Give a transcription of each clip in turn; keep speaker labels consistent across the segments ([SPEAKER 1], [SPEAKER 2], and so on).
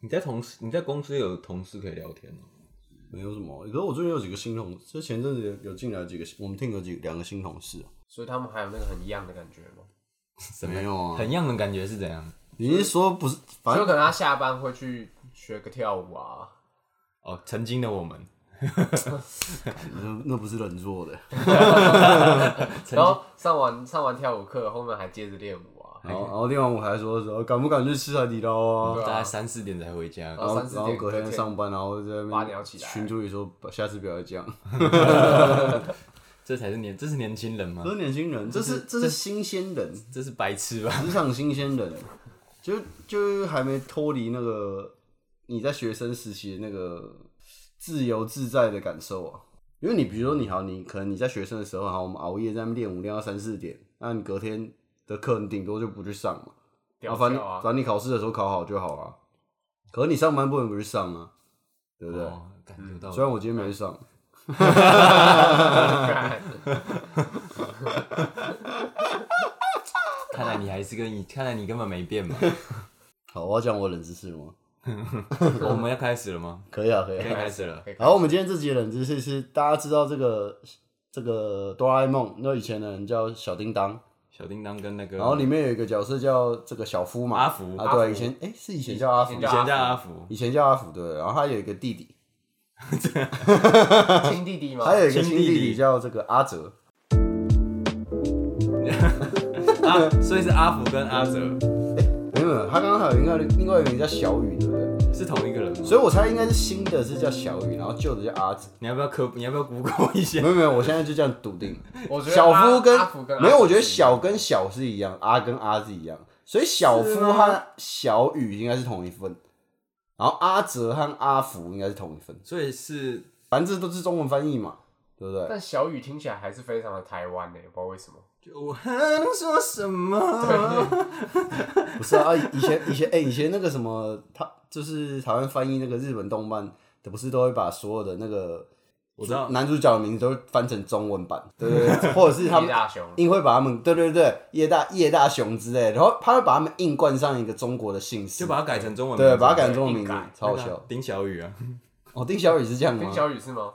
[SPEAKER 1] 你在同事你在公司有同事可以聊天哦、
[SPEAKER 2] 没有什么。可是我最近有几个新同，就前阵子有有进来几个新，我们 team 有几两个新同事啊，
[SPEAKER 3] 所以他们还有那个很一样的感觉吗？
[SPEAKER 1] 什
[SPEAKER 2] 没有啊
[SPEAKER 1] 很样的感觉是怎样？
[SPEAKER 2] 你是说不是？反
[SPEAKER 3] 就
[SPEAKER 2] 正
[SPEAKER 3] 可能他下班会去学个跳舞啊，
[SPEAKER 1] 哦，曾经的我们，
[SPEAKER 2] 那那不是人做的，
[SPEAKER 3] 然后上完上完跳舞课，后面还接着练舞啊，
[SPEAKER 2] 然后然后另外我还说说敢不敢去吃海底捞啊？
[SPEAKER 1] 大概三四嗯点才回家。
[SPEAKER 3] 然
[SPEAKER 2] 然
[SPEAKER 3] 后
[SPEAKER 2] 后
[SPEAKER 3] 三四
[SPEAKER 2] 然后
[SPEAKER 3] 点
[SPEAKER 2] 隔天上班，然后在那
[SPEAKER 3] 八
[SPEAKER 2] 边
[SPEAKER 3] 点要起来
[SPEAKER 2] 群主也说下次不要再这样。
[SPEAKER 1] 这才是年，这是年轻人吗
[SPEAKER 2] 这？是年轻人，这是这是新鲜人，
[SPEAKER 1] 这是白痴吧？
[SPEAKER 2] 职场新鲜人，就就还没脱离那个你在学生时期的那个自由自在的感受啊。因为你比如说你好，你可能你在学生的时候，好，我们熬夜在那边练舞练到三四点，那你隔天的课你顶多就不去上嘛，
[SPEAKER 3] 屌
[SPEAKER 2] 反正
[SPEAKER 3] 跳
[SPEAKER 2] 反
[SPEAKER 3] 啊，
[SPEAKER 2] 正你考试的时候考好就好了。可是你上班不能不去上啊，对不对？
[SPEAKER 1] 哦，感觉到
[SPEAKER 2] 虽然我今天没去上，
[SPEAKER 3] 干
[SPEAKER 1] 看来你还是跟你，看来你根本没 变嘛。
[SPEAKER 2] 好，我要讲我冷知识了吗？
[SPEAKER 1] 哦我们要开始了吗？
[SPEAKER 2] 可以啊，可以
[SPEAKER 1] 可
[SPEAKER 2] 啊
[SPEAKER 1] 以。开始了。
[SPEAKER 2] 好，我们今天这集的冷知识是，大家知道这个这个哆啦 A 梦，那以前的人叫小叮当，
[SPEAKER 1] 小叮当跟那个，
[SPEAKER 2] 然后里面有一个角色叫这个小夫嘛，
[SPEAKER 1] 阿福
[SPEAKER 2] 啊，对，以前哎、是以前叫阿福
[SPEAKER 3] 以，
[SPEAKER 1] 以前叫阿福，
[SPEAKER 2] 以前叫阿福对，然后他有一个弟弟，
[SPEAKER 3] 亲弟弟吗？
[SPEAKER 2] 还有一个
[SPEAKER 1] 亲
[SPEAKER 2] 亲
[SPEAKER 1] 弟弟
[SPEAKER 2] 弟弟叫这个阿哲，
[SPEAKER 1] 啊，所以是阿福跟阿哲
[SPEAKER 2] 没有没有，他刚刚还有另外另外一个人叫小雨，对不对？
[SPEAKER 1] 是同一个人吗？
[SPEAKER 2] 所以我猜应该是新的是叫小雨，然后旧的叫阿哲，
[SPEAKER 1] 你要不要科？你要不要 Google 一下
[SPEAKER 2] 没？有没有，我现在就这样笃定。
[SPEAKER 3] 我觉得
[SPEAKER 2] 小
[SPEAKER 3] 阿
[SPEAKER 2] 夫跟
[SPEAKER 3] 阿福跟阿
[SPEAKER 2] 没有，我觉得
[SPEAKER 3] 是
[SPEAKER 2] 小跟小是一样，阿跟阿是一样，所以小夫和小雨应该是同一份，然后阿哲和阿福应该是同一份，
[SPEAKER 1] 所以是
[SPEAKER 2] 反正这都是中文翻译嘛，对不对？
[SPEAKER 3] 但小雨听起来还是非常的台湾呢、不知道为什么。
[SPEAKER 1] 就我还能说什么？
[SPEAKER 2] 不是啊，以前以前哎、以前那个什么，他就是台湾翻译那个日本动漫的，不是都会把所有的那个
[SPEAKER 1] 我知
[SPEAKER 3] 嗯
[SPEAKER 1] 道，
[SPEAKER 2] 男主角的名字都翻成中文版，对不对？或者是 他
[SPEAKER 3] 叶
[SPEAKER 2] 们
[SPEAKER 3] 大雄
[SPEAKER 2] 硬会把他们对对对叶大叶大雄之类的，然后他会把他们硬冠上一个中国的姓氏，
[SPEAKER 1] 就把它改成中文名字，
[SPEAKER 2] 对，把它改成中文
[SPEAKER 3] 硬
[SPEAKER 2] 名字
[SPEAKER 3] 改，
[SPEAKER 2] 超好
[SPEAKER 1] 那个
[SPEAKER 2] 笑
[SPEAKER 1] 啊。丁小雨啊，
[SPEAKER 2] 哦，丁小雨是这样吗
[SPEAKER 3] 听？小雨是吗？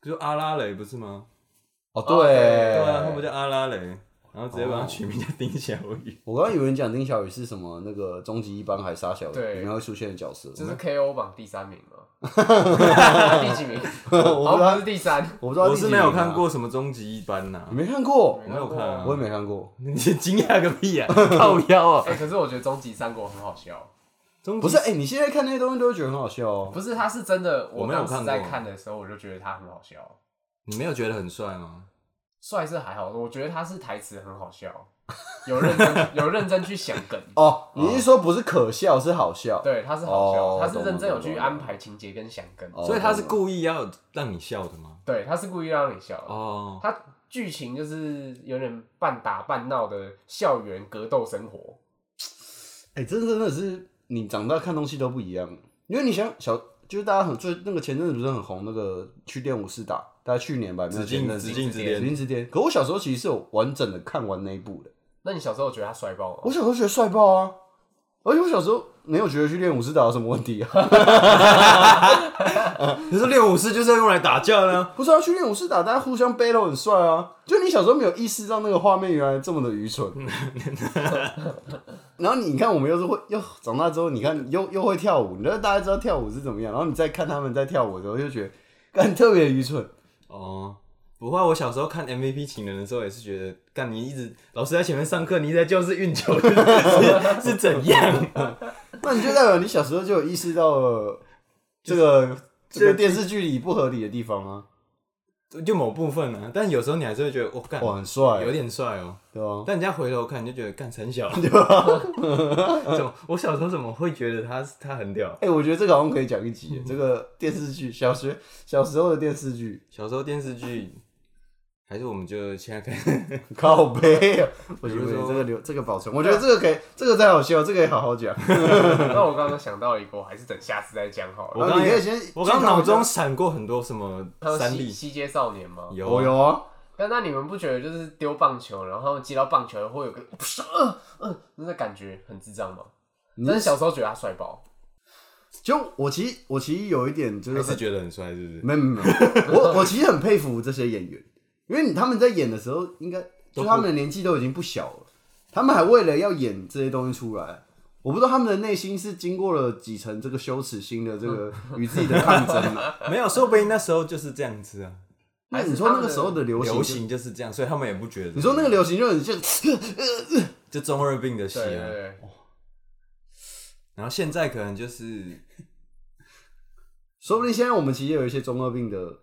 [SPEAKER 1] 就阿拉蕾不是吗？
[SPEAKER 2] 哦，
[SPEAKER 3] 对
[SPEAKER 1] 对哦啊，他们
[SPEAKER 2] 对，
[SPEAKER 1] 叫阿拉蕾，然后直接把它取名叫丁小雨。
[SPEAKER 2] 我刚刚以为你讲丁小雨是什么那个终极一班还是沙小雨
[SPEAKER 3] 对
[SPEAKER 2] 里面会出现的角色，
[SPEAKER 3] 这是 KO 榜第三名 吗？第几名？
[SPEAKER 2] 我
[SPEAKER 3] 好
[SPEAKER 2] 不知
[SPEAKER 3] 像
[SPEAKER 2] 道
[SPEAKER 3] 是，第三。
[SPEAKER 2] 我不知道，
[SPEAKER 1] 我是没有看，过什么终极一班呐
[SPEAKER 2] 啊你，没看过？
[SPEAKER 1] 没有看啊
[SPEAKER 2] 我也没看过，
[SPEAKER 1] 你惊讶个屁啊！ 靠腰啊！
[SPEAKER 3] 哎、可是我觉得《终极三国》很好笑，
[SPEAKER 1] 终极
[SPEAKER 2] 不是，哎，你现在看那些东西都会觉得很好笑哦。
[SPEAKER 3] 不是，他是真的。
[SPEAKER 1] 我
[SPEAKER 3] 我
[SPEAKER 1] 没有
[SPEAKER 3] 当时
[SPEAKER 1] 看
[SPEAKER 3] 在
[SPEAKER 1] 过
[SPEAKER 3] 看的时候，我就觉得他很好笑。
[SPEAKER 1] 你没有觉得很帅吗？
[SPEAKER 3] 帅是还好，我觉得他是台词很好笑，有认真有认真去想梗。
[SPEAKER 2] 哦，你是说不是可笑是好笑？
[SPEAKER 3] 对，他是好笑，
[SPEAKER 2] 哦
[SPEAKER 3] 他是认真有
[SPEAKER 2] 懂
[SPEAKER 3] 去
[SPEAKER 2] 了
[SPEAKER 3] 安排情节跟想梗，
[SPEAKER 2] 哦
[SPEAKER 1] 所以他是故意要让你笑的吗？
[SPEAKER 3] 对，他是故意让你笑的。
[SPEAKER 1] 哦，
[SPEAKER 3] 他剧情就是有点半打半闹的校园格斗生活，
[SPEAKER 2] 哎，真的真的是你长大看东西都不一样，因为你想小就是大家很最那个前阵子不是很红那个去练武士打，大概去年吧，没有
[SPEAKER 1] 紫禁
[SPEAKER 2] 前阵子
[SPEAKER 1] 紫禁之
[SPEAKER 2] 紫
[SPEAKER 1] 巅，
[SPEAKER 2] 禁之巅。可我小时候其实是有完整的看完那一部的。
[SPEAKER 3] 那你小时候觉得他帅爆吗？
[SPEAKER 2] 我小时候觉得帅爆啊，而且我小时候没有觉得去练武士打有什么问题 啊。
[SPEAKER 1] 可是练武士就是要用来打架呢。
[SPEAKER 2] 不是啊，去练武士打，大家互相 battle 很帅啊。就你小时候没有意识到那个画面原来这么的愚 蠢。然后你看，我们又是会又长大之后，你看又又会跳舞，你知道大家知道跳舞是怎么样，然后你再看他们在跳舞的时候，就觉得干特别愚蠢。
[SPEAKER 1] 哦，不会，我小时候看 MVP 情人的时候也是觉得，干你一直老师在前面上课，你一直在教室运球 是是是怎样？
[SPEAKER 2] 那你就代表你小时候就有意识到 了这个这个电视剧里不合理的地方啊。
[SPEAKER 1] 就某部分啊，但有时候你还是会觉得，我、干
[SPEAKER 2] 哇，很帅，
[SPEAKER 1] 有点帅哦、
[SPEAKER 2] 对吧？
[SPEAKER 1] 但人家回头看，你就觉得干很小，对怎么？我小时候怎么会觉得他他很屌？
[SPEAKER 2] 哎、我觉得这个好像可以讲一集耶，这个电视剧，小学小时候的电视剧，
[SPEAKER 1] 小时候电视剧，还是我们就现在开始
[SPEAKER 2] 靠背啊！我觉得
[SPEAKER 1] 比如说
[SPEAKER 2] 这个留这个保存，我觉得这个可以，这个才好笑，这个也好好讲。
[SPEAKER 3] 那我刚刚想到一个，我还是等下次再讲好
[SPEAKER 1] 我刚
[SPEAKER 3] 了。
[SPEAKER 2] 然后啊你可
[SPEAKER 1] 也
[SPEAKER 2] 以先，
[SPEAKER 1] 我刚
[SPEAKER 2] 先看
[SPEAKER 1] 脑
[SPEAKER 2] 一下
[SPEAKER 1] 中闪过很多什么
[SPEAKER 3] 还有
[SPEAKER 1] 三
[SPEAKER 3] 西
[SPEAKER 1] 立
[SPEAKER 3] 西街少年吗？
[SPEAKER 1] 有
[SPEAKER 2] 我有啊，
[SPEAKER 3] 但那你们不觉得就是丢棒球，然后接到棒球会有个呃嗯嗯，那感觉很智障吗？但是小时候觉得他帅爆，
[SPEAKER 2] 就我其实我其实有一点就是
[SPEAKER 1] 还
[SPEAKER 2] 很
[SPEAKER 1] 是觉得很帅，是不 是？
[SPEAKER 2] 没有没有，没有我我其实很佩服这些演员，因为你他们在演的时候，应该就他们的年纪都已经不小了，他们还为了要演这些东西出来，我不知道他们的内心是经过了几层这个羞耻心的这个与自己的抗争啊。
[SPEAKER 1] 没有，说不定那时候就是这样子啊，
[SPEAKER 2] 那你说那个时候的流行就，
[SPEAKER 1] 流行就是这样，所以他们也不觉得。
[SPEAKER 2] 你说那个流行就 很像，
[SPEAKER 1] 就中二病的戏
[SPEAKER 3] 对
[SPEAKER 1] 啊，
[SPEAKER 3] 对
[SPEAKER 1] 然后现在可能就是
[SPEAKER 2] 说不定现在我们其实也有一些中二病的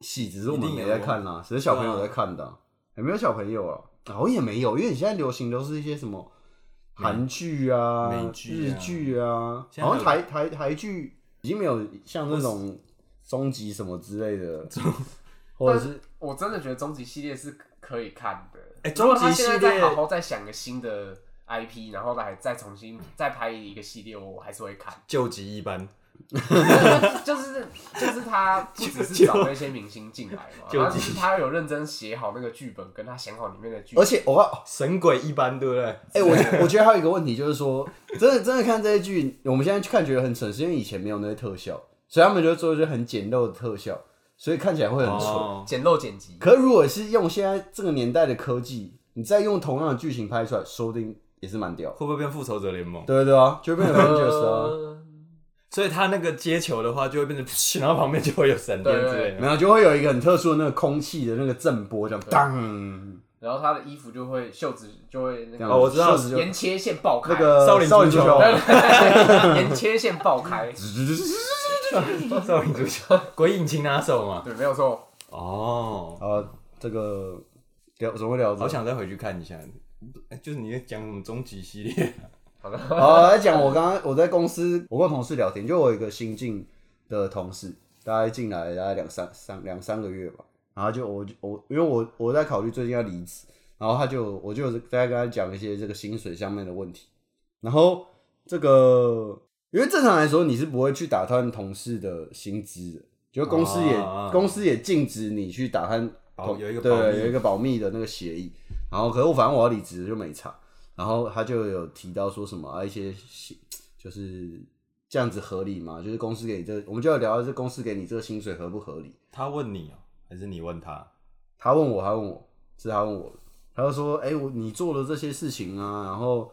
[SPEAKER 2] 戏，只是我们没
[SPEAKER 1] 啊
[SPEAKER 2] 在看啦、只是小朋友在看的啊、有没有小朋友啊？好像也没有，因为你现在流行都是一些什么韩剧啊、
[SPEAKER 1] 美剧
[SPEAKER 2] 日
[SPEAKER 1] 啊
[SPEAKER 2] 剧啊，
[SPEAKER 1] 现在
[SPEAKER 2] 好
[SPEAKER 1] 还有
[SPEAKER 2] 像台台台剧已经没有像那种终极什么之类的，或者是
[SPEAKER 3] 我真的觉得终极系列是可以看的。
[SPEAKER 1] 哎
[SPEAKER 3] 如果他
[SPEAKER 1] 终极系列
[SPEAKER 3] 现在再好好再想个新的 IP，然后来再重新再拍一个系列，我还是会看。
[SPEAKER 1] 救急一般，
[SPEAKER 3] 就是就是他不只是找那些明星进来嘛，
[SPEAKER 1] 就
[SPEAKER 3] 然后就是他有认真写好那个剧本，跟他想好里面的剧
[SPEAKER 2] 而
[SPEAKER 3] 本。
[SPEAKER 2] 且我要
[SPEAKER 1] 神鬼一般，对不对？
[SPEAKER 2] 哎、我觉我觉得还有一个问题就是说，真的真的看这些剧，我们现在去看觉得很蠢，是因为以前没有那些特效，所以他们就做一些很简陋的特效，所以看起来会很蠢。
[SPEAKER 1] 哦，
[SPEAKER 3] 简陋剪辑，
[SPEAKER 2] 可如果是用现在这个年代的科技，你再用同样的剧情拍出来，说不定也是蛮屌的。
[SPEAKER 1] 会不会变复仇者联盟？
[SPEAKER 2] 对对对啊，就变成 Avengers 啊，
[SPEAKER 3] 呃
[SPEAKER 1] 所以他那个接球的话，就会变成，然后旁边就会有闪电之类的。
[SPEAKER 2] 然后就会有一个很特殊的那个空气的那个震波，这样当，
[SPEAKER 3] 然后他的衣服就会袖子就会那
[SPEAKER 2] 这
[SPEAKER 3] 个
[SPEAKER 2] 样
[SPEAKER 1] 哦我知道
[SPEAKER 2] 袖子就
[SPEAKER 3] 沿切线爆开，
[SPEAKER 2] 那个
[SPEAKER 1] 少林足
[SPEAKER 2] 少林足
[SPEAKER 1] 球
[SPEAKER 2] 球，
[SPEAKER 3] 沿切线爆 开，
[SPEAKER 1] 少林足球，鬼影擒拿手嘛。
[SPEAKER 3] 对，没有错。
[SPEAKER 1] 哦，
[SPEAKER 2] 啊，这个聊怎么会聊到
[SPEAKER 1] 好
[SPEAKER 2] 这？
[SPEAKER 1] 想再回去看一下。哎就是你在讲什么终极系列？
[SPEAKER 3] 好的，
[SPEAKER 2] 啊，来讲我刚刚我在公司，我跟同事聊天，就我有一个新进的同事，大概进来大概两三三两三个月吧，然后就我就我因为我我在考虑最近要离职，然后他就我就在跟他讲一些这个薪水上面的问题，然后这个因为正常来说你是不会去打探同事的薪资的，就公司也、
[SPEAKER 1] 啊
[SPEAKER 2] 公司也禁止你去打探
[SPEAKER 1] 保
[SPEAKER 2] 同
[SPEAKER 1] 哦有一个
[SPEAKER 2] 对
[SPEAKER 1] 保密
[SPEAKER 2] 有一个保密的那个协议，然后可是我反正我要离职就没差。然后他就有提到说什么啊一些薪就是这样子合理吗？就是公司给你这，我们就要聊到这公司给你这个薪水合不合理？
[SPEAKER 1] 他问你哦，还是你问他？
[SPEAKER 2] 他问我，他问我，是他问我的，他就说：“哎、我你做了这些事情啊，然后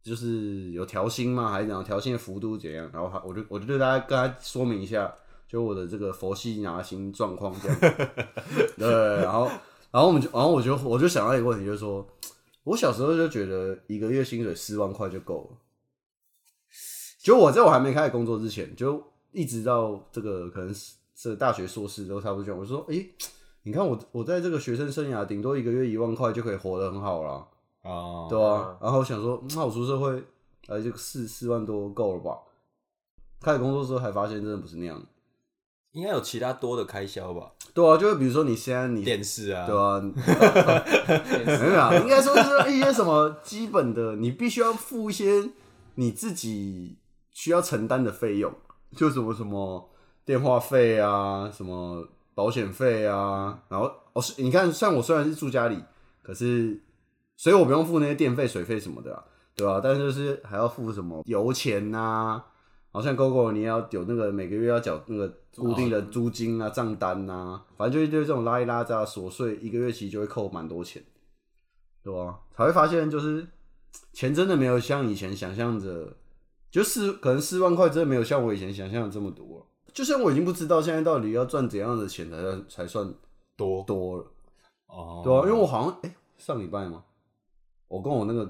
[SPEAKER 2] 就是有调薪吗？还是怎样？调薪的幅度怎样？”然后他，我就我就对大家跟他说明一下，就我的这个佛系拿薪状况这样。 对，然后然后我们就，然后我就我就想到一个问题，就是说我小时候就觉得一个月薪水四万块就够了，就我在我还没开始工作之前，就一直到这个可能是这个大学硕士都差不多这样，我就说：“哎、你看我我在这个学生生涯，顶多一个月一万块就可以活得很好了，
[SPEAKER 1] 哦，
[SPEAKER 2] 对啊。然后我想说，嗯那我出社会，呃，这个四四万多够了吧？开始工作之后才发现，真的不是那样。
[SPEAKER 1] 应该有其他多的开销吧？
[SPEAKER 2] 对啊，就是比如说你现在你
[SPEAKER 1] 电视啊，
[SPEAKER 2] 对啊，
[SPEAKER 3] 电
[SPEAKER 2] 没
[SPEAKER 3] 视
[SPEAKER 2] 有 啊，应该说是一些什么基本的，你必须要付一些你自己需要承担的费用，就什么什么电话费啊，什么保险费啊，然后哦，是你看，像我虽然是住家里，可是所以我不用付那些电费、水费什么的、啊，对吧、但是就是还要付什么油钱呐、啊，然后像 GoGo 你要有那个每个月要缴那个固定的租金啊、账单呐、啊，反正就一堆这种拉一拉杂琐碎，一个月其实就会扣蛮多钱，对吧、才会发现就是钱真的没有像以前想象着，就是可能四万块真的没有像我以前想象的这么多、就像我已经不知道现在到底要赚怎样的钱才算才算
[SPEAKER 1] 多
[SPEAKER 2] 多了，
[SPEAKER 1] 哦，
[SPEAKER 2] 对啊，因为我好像哎、上礼拜嘛，我跟我那个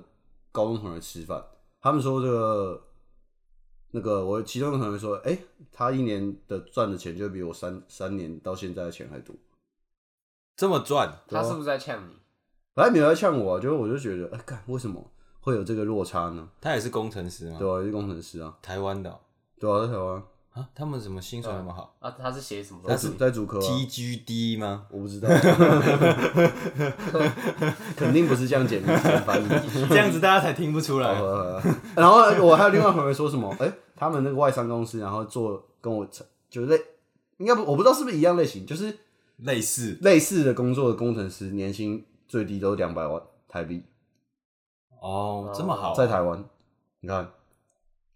[SPEAKER 2] 高中同学吃饭，他们说这个那个我其中一个同学说，哎、他一年的赚的钱就比我三三年到现在的钱还多。
[SPEAKER 1] 这么赚，
[SPEAKER 3] 他是不是在呛你？
[SPEAKER 2] 反正没有在呛我、啊，就是我就觉得，哎、干为什么会有这个落差呢？
[SPEAKER 1] 他也是工程师吗？
[SPEAKER 2] 对啊，是工程师啊，
[SPEAKER 1] 台湾的哦
[SPEAKER 2] 对啊，在台湾，
[SPEAKER 1] 啊，他们怎么薪水那么好
[SPEAKER 3] 啊，他是写什么
[SPEAKER 2] 在
[SPEAKER 3] 东
[SPEAKER 2] 主
[SPEAKER 3] 西？
[SPEAKER 2] 在主科、啊，
[SPEAKER 1] ？TGD 吗？
[SPEAKER 2] 我不知道， 肯定不是这样简明翻译。
[SPEAKER 1] 这样子大家才听不出来。
[SPEAKER 2] 呃， 然后我还有另外一朋友说什么，哎、他们那个外商公司，然后做跟我就类，应该不，我不知道是不是一样类型，就是
[SPEAKER 1] 类似
[SPEAKER 2] 类似的工作的工程师，年薪最低都两百万台币，
[SPEAKER 1] 哦，这么好啊，
[SPEAKER 2] 在台湾，你看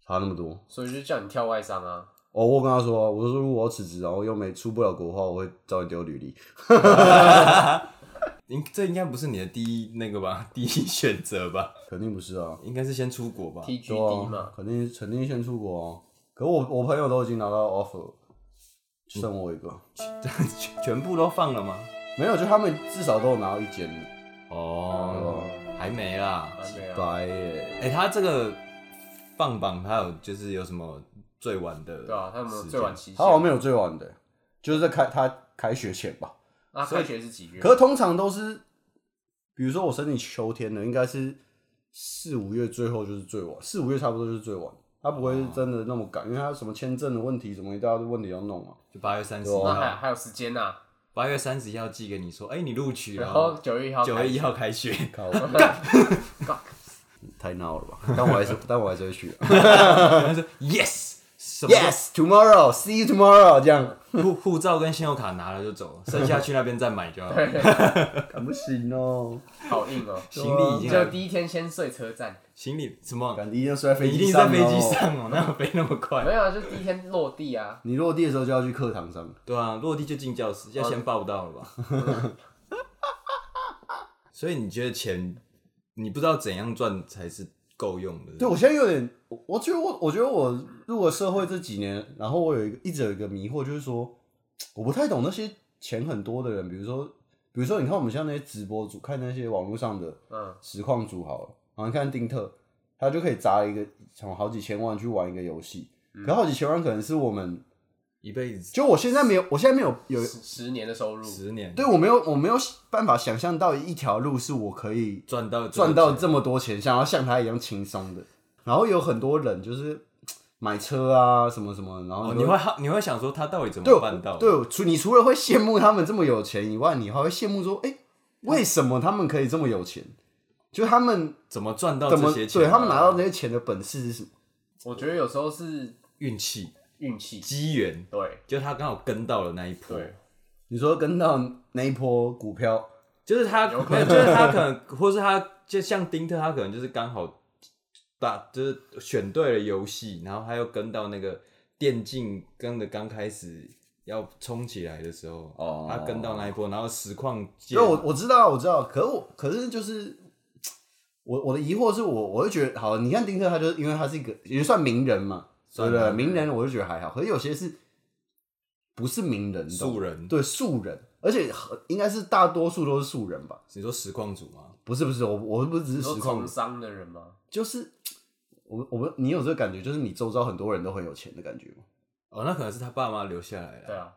[SPEAKER 2] 差那么多。
[SPEAKER 3] 所以就叫你跳外商啊。
[SPEAKER 2] 哦，我跟他说啊，我就说如果我辞职，然后又没出不了国的话，我会找你丢履历。
[SPEAKER 1] 应这应该不是你的第一那个吧， 第一选择吧？
[SPEAKER 2] 肯定不是啊，
[SPEAKER 1] 应该是先出国吧？
[SPEAKER 3] TGD
[SPEAKER 2] 对
[SPEAKER 3] 嘛
[SPEAKER 2] 啊，，肯定肯定先出国啊。可我我朋友都已经拿到 offer，就剩我一个，
[SPEAKER 1] 全全部都放了吗？
[SPEAKER 2] 没有，就他们至少都有拿到一间，
[SPEAKER 1] 哦，还没啦。
[SPEAKER 3] 啊对啊，
[SPEAKER 2] 白耶，
[SPEAKER 1] 哎、他这个放榜，他有就是有什么最晚的？
[SPEAKER 3] 对啊，他们最晚期
[SPEAKER 2] 他
[SPEAKER 3] 限
[SPEAKER 2] 好像没有最晚的，就是在开他开学前吧。
[SPEAKER 3] 啊，开学是几月？
[SPEAKER 2] 可是通常都是，比如说我申请秋天的，应该是四五月最后就是最晚，四五月差不多就是最晚。他不会是真的那么赶，因为他什么签证的问题，什么一大堆问题要弄啊嘛。
[SPEAKER 1] 就八月三十一
[SPEAKER 3] 那啊还
[SPEAKER 1] 号，
[SPEAKER 3] 还有时间呐，
[SPEAKER 1] 八月三十一号寄给你说，哎、你录取
[SPEAKER 3] 然后
[SPEAKER 1] 了，
[SPEAKER 3] 九月一号
[SPEAKER 1] 九
[SPEAKER 3] 开
[SPEAKER 1] 月一号开学。
[SPEAKER 2] 靠，
[SPEAKER 3] 干
[SPEAKER 2] 太闹了吧！但我还是，但我还是会去、啊
[SPEAKER 1] 他说 yes，什么都
[SPEAKER 2] Yes, tomorrow, see you tomorrow，这样
[SPEAKER 1] 护护照跟信用卡拿了就走，剩下去那边再买就好。
[SPEAKER 2] 敢不行哦、
[SPEAKER 3] 好硬哦。
[SPEAKER 1] 行李已经来
[SPEAKER 3] 就第一天先睡车站，
[SPEAKER 1] 行李什么？
[SPEAKER 2] 敢一定摔飞
[SPEAKER 1] 你一
[SPEAKER 2] 机
[SPEAKER 1] 定
[SPEAKER 2] 上、
[SPEAKER 1] 在
[SPEAKER 2] 哦，
[SPEAKER 1] 飞机。上哦，哪有飞那么快？
[SPEAKER 3] 没有啊，就第一天落地啊。
[SPEAKER 2] 你落地的时候就要去课堂上，
[SPEAKER 1] 对啊，落地就进教室，要先报到了吧？ 所以你觉得钱，你不知道怎样赚才是够用的？
[SPEAKER 2] 对，我现在有点，我我觉得我，我觉得我入了社会这几年，然后我有一个一直有一个迷惑，就是说，我不太懂那些钱很多的人，比如说，比如说，你看我们像那些直播主，看那些网络上的
[SPEAKER 3] 嗯
[SPEAKER 2] 实况主好了，然后你看丁特，他就可以砸一个从好几千万去玩一个游戏，可好几千万可能是我们，
[SPEAKER 1] 一辈子
[SPEAKER 2] 就我现在没有，我现在没有有
[SPEAKER 3] 十十年的收入，
[SPEAKER 1] 十年，
[SPEAKER 2] 对我没有我没有办法想象到一条路是我可以
[SPEAKER 1] 赚到
[SPEAKER 2] 赚到
[SPEAKER 1] 这
[SPEAKER 2] 这么多钱，想要像他一样轻松的。然后有很多人就是买车啊什么什么，然
[SPEAKER 1] 个钱哦，
[SPEAKER 2] 后就
[SPEAKER 1] 你会好你会想说他到底怎
[SPEAKER 2] 对
[SPEAKER 1] 么
[SPEAKER 2] 我
[SPEAKER 1] 办到？
[SPEAKER 2] 对，我除你除了会羡慕他们这么有钱以外，你还会羡慕说，哎、为什么他们可以这么有钱？就他们
[SPEAKER 1] 怎么赚到
[SPEAKER 2] 怎么
[SPEAKER 1] 这些钱？
[SPEAKER 2] 对他们拿到那些钱的本事是什么？
[SPEAKER 3] 我觉得有时候是
[SPEAKER 1] 运气、
[SPEAKER 3] 运气，
[SPEAKER 1] 机缘，
[SPEAKER 3] 对
[SPEAKER 1] 就他刚好跟到了那一波。
[SPEAKER 3] 对，
[SPEAKER 2] 你说跟到那一波股票，
[SPEAKER 1] 就是他，
[SPEAKER 3] 有可
[SPEAKER 1] 没
[SPEAKER 3] 能
[SPEAKER 1] 有，就是他可能，或是他就像丁特，他可能就是刚好打，就是选对了游戏，然后他又跟到那个电竞跟的刚开始要冲起来的时候，
[SPEAKER 2] 哦
[SPEAKER 1] 他跟到那一波，然后实况界
[SPEAKER 2] 对，我我知道我知道，可我可是就是。我我的疑惑是我，我就觉得好，你看丁克，他就是因为他是一个也算名人嘛，
[SPEAKER 1] 算
[SPEAKER 2] 对不
[SPEAKER 1] 名
[SPEAKER 2] 对？
[SPEAKER 1] 人
[SPEAKER 2] 名人我就觉得还好，可是有些是不是名人，你懂吗
[SPEAKER 1] 素人，
[SPEAKER 2] 对素人，而且很应该是大多数都是素人吧？
[SPEAKER 1] 你说实况组吗？
[SPEAKER 2] 不是不是，我我不是只
[SPEAKER 3] 你
[SPEAKER 2] 是
[SPEAKER 3] 说
[SPEAKER 2] 实况
[SPEAKER 3] 从，商的人吗？
[SPEAKER 2] 就是我我们你有这个感觉，就是你周遭很多人都很有钱的感觉吗？
[SPEAKER 1] 哦，那可能是他爸妈留下来
[SPEAKER 3] 对
[SPEAKER 1] 的，
[SPEAKER 3] 啊，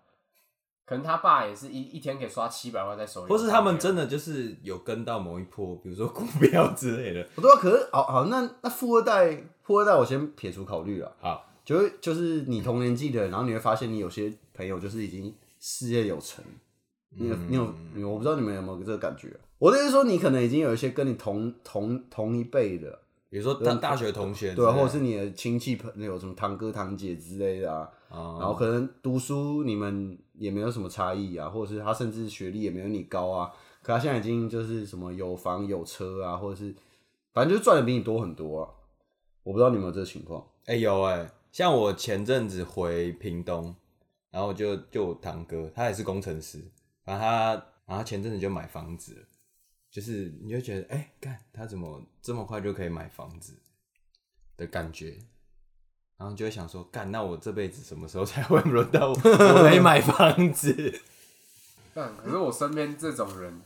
[SPEAKER 3] 可能他爸也是一一天可以刷七百万在手里，
[SPEAKER 1] 或是他们真
[SPEAKER 3] 的
[SPEAKER 1] 的就是有跟到某一波，比如说 股票之类的。
[SPEAKER 2] 不对啊，可是好好那那富二代，富二代我先撇除考虑啊，
[SPEAKER 1] 好，
[SPEAKER 2] 就会就是你同年纪的人，然后你会发现你有些朋友就是已经事业有成，你有你有你我不知道你们有没有这个感觉、啊我的意思是说，你可能已经有一些跟你同同同一辈的，
[SPEAKER 1] 比如说大大学同学之类的，
[SPEAKER 2] 呃对啊，或者是你的亲戚朋友，什么堂哥堂姐之类的啊，然
[SPEAKER 1] 哦，
[SPEAKER 2] 后可能读书你们也没有什么差异啊，或者是他甚至学历也没有你高啊，可他现在已经就是什么有房有车啊，或者是反正就是赚的比你多很多啊。我不知道你们有这个情况，
[SPEAKER 1] 哎、有哎、像我前阵子回屏东，然后就就我堂哥，他也是工程师，然后他然后他前阵子就买房子了，就是你就觉得哎，干、他怎么这么快就可以买房子的感觉，然后就会想说，干那我这辈子什么时候才会轮到我我可以买房 子？
[SPEAKER 3] 干。可是我身边这种人，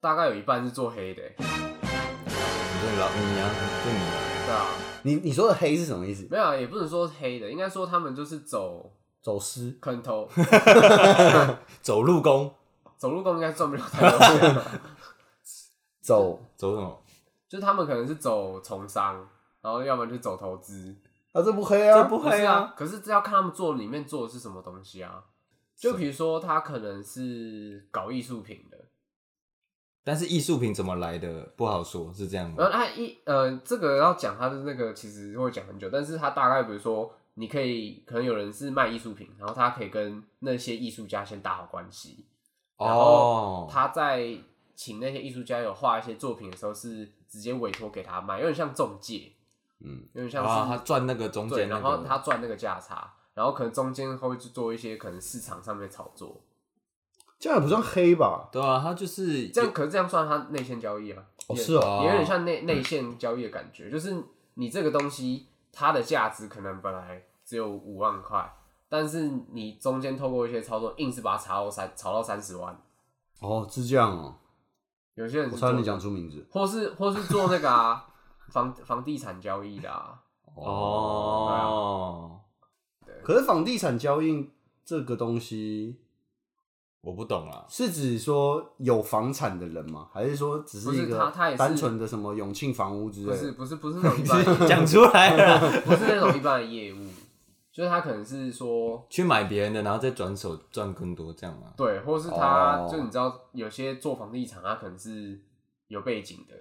[SPEAKER 3] 大概有一半是做黑的欸，
[SPEAKER 1] 你对老你啊，对你
[SPEAKER 3] 对啊，
[SPEAKER 2] 你你说的黑是什么意思？
[SPEAKER 3] 没有啊，也不能说黑的，应该说他们就是走
[SPEAKER 2] 走私？
[SPEAKER 3] 坑头，
[SPEAKER 1] 走路工
[SPEAKER 3] 走路工应该赚不了太多钱啊，
[SPEAKER 2] 走？
[SPEAKER 1] 走什么？
[SPEAKER 3] 就是他们可能是走从商，然后要不然就走投资，
[SPEAKER 2] 啊，这不黑
[SPEAKER 1] 这
[SPEAKER 2] 啊，
[SPEAKER 1] 不
[SPEAKER 3] 不是
[SPEAKER 1] 会啊，
[SPEAKER 3] 啊，可是这要看他们做里面做的是什么东西啊。就比如说，他可能是搞艺术品的，
[SPEAKER 1] 但是艺术品怎么来的不好说，是这样吗？
[SPEAKER 3] 然后他一呃，这个要讲他的那个其实会讲很久，但是他大概比如说，你可以可能有人是卖艺术品，然后他可以跟那些艺术家先打好关系，呃然后
[SPEAKER 1] 哦，
[SPEAKER 3] 他在请那些艺术家有画一些作品的时候，是直接委托给他卖，有点像中介，
[SPEAKER 1] 嗯，
[SPEAKER 3] 有点像
[SPEAKER 1] 然
[SPEAKER 3] 是、
[SPEAKER 1] 后他赚那个中
[SPEAKER 3] 对，
[SPEAKER 1] 间那
[SPEAKER 3] 然后他
[SPEAKER 1] 个，
[SPEAKER 3] 赚那个价差，然后可能中间会去做一些可能市场上面炒作，
[SPEAKER 2] 这样也不算黑吧？
[SPEAKER 1] 对啊，他就是
[SPEAKER 3] 这样可是这样算他内线交易啊，
[SPEAKER 2] 哦
[SPEAKER 3] 也
[SPEAKER 2] 是哦
[SPEAKER 3] 也有点像内内线交易的感觉，就是你这个东西它的价值可能本来只有五万块，但是你中间透过一些操作，硬是把它炒到三炒到三十万，
[SPEAKER 2] 哦，是这样哦。
[SPEAKER 3] 有些人
[SPEAKER 2] 我
[SPEAKER 3] 是
[SPEAKER 2] 差
[SPEAKER 3] 做
[SPEAKER 2] 点讲出名字。
[SPEAKER 3] 或是或是做那个啊房房地产交易的啊，
[SPEAKER 1] 哦，
[SPEAKER 2] 可是房地产交易这个东西，
[SPEAKER 1] 我不懂 啦，
[SPEAKER 2] 是指说有房产的人吗？还是说只
[SPEAKER 3] 不是
[SPEAKER 2] 一个
[SPEAKER 3] 他他也是
[SPEAKER 2] 单纯的什么永庆房屋之类
[SPEAKER 3] 不是
[SPEAKER 2] 的？
[SPEAKER 3] 不是不 是那种一般的
[SPEAKER 1] 讲出来了，
[SPEAKER 3] 不是那种一般的业务，就是他可能是说
[SPEAKER 1] 去买别人的，然后再转手赚更多，这样吗？啊
[SPEAKER 3] 对，或是他、
[SPEAKER 2] 哦
[SPEAKER 3] 就你知道有些做房地产，他可能是有背景的，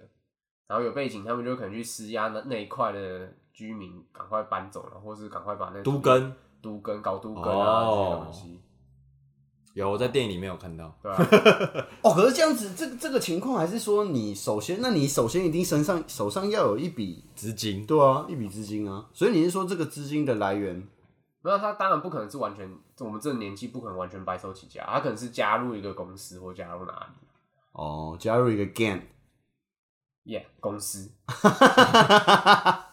[SPEAKER 3] 然后有背景，他们就可能去施压那那一块的居民赶快搬走了，或是赶快把那个
[SPEAKER 1] 都根
[SPEAKER 3] 都根搞都根啊、
[SPEAKER 1] 哦
[SPEAKER 3] 这些东西，
[SPEAKER 1] 有我在电影里面有看到，
[SPEAKER 3] 对啊，
[SPEAKER 2] 哦，可是这样子，这个这个情况还是说你首先，那你首先一定身上手上要有一笔，
[SPEAKER 1] 资金
[SPEAKER 2] 对啊，一笔资金啊。所以你是说这个资金的来源？
[SPEAKER 3] 没有，他当然不可能是完全，我们这个年纪不可能完全白手起家，他可能是加入一个公司或加入哪
[SPEAKER 2] 哦，加入一个 gang，
[SPEAKER 3] 里，yeah 公司，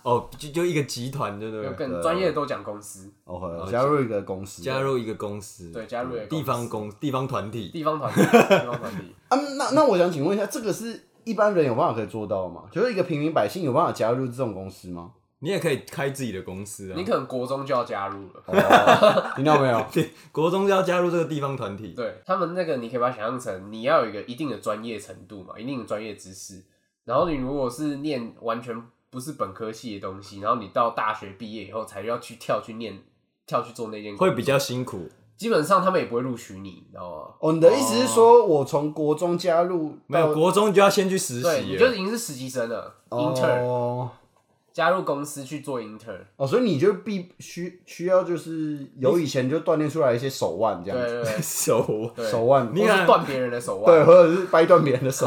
[SPEAKER 1] 哦，就就一个集团，对不
[SPEAKER 3] 有
[SPEAKER 1] 对？啊
[SPEAKER 3] 更专业的都讲公司，
[SPEAKER 2] 哦，加入一个公司，
[SPEAKER 1] 加入一个公司，
[SPEAKER 3] 对，加入一个
[SPEAKER 1] 地方
[SPEAKER 3] 公司
[SPEAKER 1] 公地方团体，
[SPEAKER 3] 地方团体，地方团 体。
[SPEAKER 2] 啊，那那我想请问一下，这个是一般人有办法可以做到吗？就是一个平民百姓有办法加入这种公司吗？
[SPEAKER 1] 你也可以开自己的公司啊
[SPEAKER 3] 你。可能国中就要加入了。
[SPEAKER 2] 哦、听到没有？
[SPEAKER 1] 对，国中就要加入这个地方团体，
[SPEAKER 3] 对他们那个，你可以把它想象成你要有一个一定的专业程度嘛，一定的专业知识。然后你如果是念完全不是本科系的东西，然后你到大学毕业以后才要去跳去念跳去做那件工作，
[SPEAKER 1] 会比较辛苦。
[SPEAKER 3] 基本上他们也不会录取你，你知道吗？
[SPEAKER 2] 哦，你的意思是说我从国中加入
[SPEAKER 1] 没有，国中就要先去实
[SPEAKER 3] 对，
[SPEAKER 1] 习
[SPEAKER 3] 你
[SPEAKER 1] 了，
[SPEAKER 3] 就已经是实习生了、i n t e r n
[SPEAKER 2] 哦
[SPEAKER 3] 加入公司去做 intern，
[SPEAKER 2] 哦，所以你就必须需要就是由以前就锻炼出来一些手腕这
[SPEAKER 3] 对
[SPEAKER 2] 样子，
[SPEAKER 3] 对 对，
[SPEAKER 1] 手
[SPEAKER 3] 对
[SPEAKER 2] 手腕，
[SPEAKER 1] 你
[SPEAKER 3] 或
[SPEAKER 1] 看
[SPEAKER 3] 是断别人的手
[SPEAKER 2] 对，
[SPEAKER 3] 腕，
[SPEAKER 2] 或者是掰断别人的手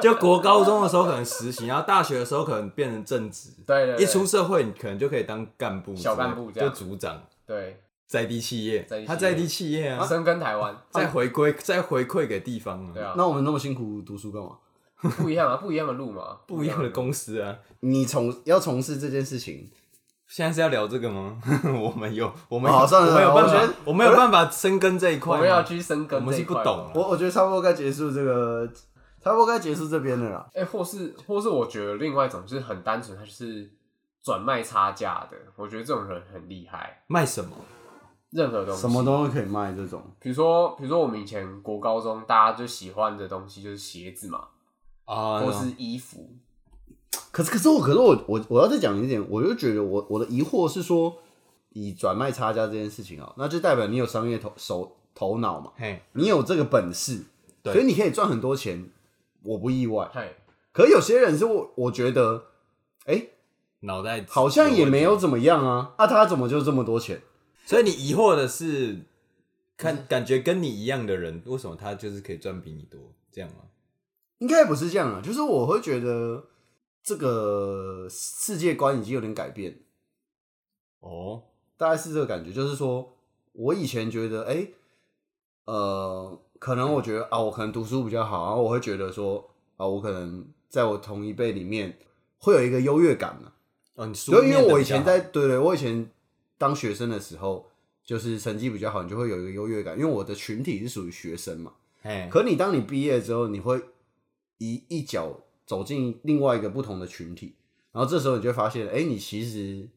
[SPEAKER 1] 就国高中的时候可能实习，然后大学的时候可能变成正职，
[SPEAKER 3] 对对对，
[SPEAKER 1] 一出社会你可能就可以当干部之类的，
[SPEAKER 3] 小干部这
[SPEAKER 1] 就
[SPEAKER 3] 样
[SPEAKER 1] 组长，
[SPEAKER 3] 对，
[SPEAKER 1] 在地企业
[SPEAKER 3] 在地企，业
[SPEAKER 1] 他在地企业啊，
[SPEAKER 3] 深耕台湾，
[SPEAKER 1] 再回归再回馈给地方
[SPEAKER 3] 对
[SPEAKER 1] 啊，
[SPEAKER 3] 啊，
[SPEAKER 2] 那我们那么辛苦读书干嘛？
[SPEAKER 3] 不一样啊，不一样的路嘛，
[SPEAKER 1] 不一样的公司啊。
[SPEAKER 2] 你从要从事这件事情，
[SPEAKER 1] 现在是要聊这个吗？ 我们有，我们
[SPEAKER 2] 好哦算了
[SPEAKER 1] 我们有
[SPEAKER 2] 我
[SPEAKER 1] 办
[SPEAKER 2] 觉得
[SPEAKER 1] 法，我们有办法深耕这一块
[SPEAKER 3] 我
[SPEAKER 1] 吗，
[SPEAKER 3] 们要去深
[SPEAKER 1] 我
[SPEAKER 3] 耕
[SPEAKER 1] 们
[SPEAKER 3] 这
[SPEAKER 1] 是
[SPEAKER 3] 一
[SPEAKER 1] 不
[SPEAKER 3] 块嘛，
[SPEAKER 1] 懂啊，
[SPEAKER 2] 我我觉得差不多该结束这个，差不多该结束这边了啦。
[SPEAKER 3] 哎、或是或是我觉得另外一种就是很单纯，他就是转卖差价的，我觉得这种人很厉害。
[SPEAKER 1] 卖什么？
[SPEAKER 3] 任何东西，
[SPEAKER 2] 什么东西可以卖这种？
[SPEAKER 3] 比如说比如说我们以前国高中大家最喜欢的东西就是鞋子嘛，
[SPEAKER 1] 啊，
[SPEAKER 3] 或是衣服，
[SPEAKER 2] 可是，可是我，可是我，我我要再讲一点，我就觉得我我的疑惑是说，以转卖差价这件事情啊，那就代表你有商业头手头脑嘛，
[SPEAKER 1] 嘿，
[SPEAKER 2] 你有这个本事，
[SPEAKER 1] 对
[SPEAKER 2] 所以你可以赚很多钱，我不意外。
[SPEAKER 3] 嘿，
[SPEAKER 2] 可有些人是我我觉得，哎、
[SPEAKER 1] 脑袋
[SPEAKER 2] 好像也没
[SPEAKER 1] 有
[SPEAKER 2] 有
[SPEAKER 1] 问
[SPEAKER 2] 怎么样啊，那、他怎么就这么多钱？
[SPEAKER 1] 题，所以你疑惑的是，
[SPEAKER 2] 嗯
[SPEAKER 1] 看感觉跟你一样的人，为什么他就是可以赚比你多，这样吗？
[SPEAKER 2] 应该不是这样啊，就是我会觉得这个世界观已经有点改变了。
[SPEAKER 1] 哦，
[SPEAKER 2] 大概是这个感觉，就是说我以前觉得，哎、呃，可能我觉得啊，我可能读书比较好，然后我会觉得说啊，我可能在我同一辈里面会有一个优越感呢、
[SPEAKER 1] 哦，你书
[SPEAKER 2] 就因
[SPEAKER 1] 念
[SPEAKER 2] 为
[SPEAKER 1] 得
[SPEAKER 2] 我以
[SPEAKER 1] 比较
[SPEAKER 2] 前
[SPEAKER 1] 好
[SPEAKER 2] 在，对对，我以前当学生的时候，就是成绩比较好，你就会有一个优越感，因为我的群体是属于学生嘛。
[SPEAKER 1] 嘿，
[SPEAKER 2] 可你当你毕业之后，你会一一脚走进另外一个不同的群体，然后这时候你就会发现，哎、你其实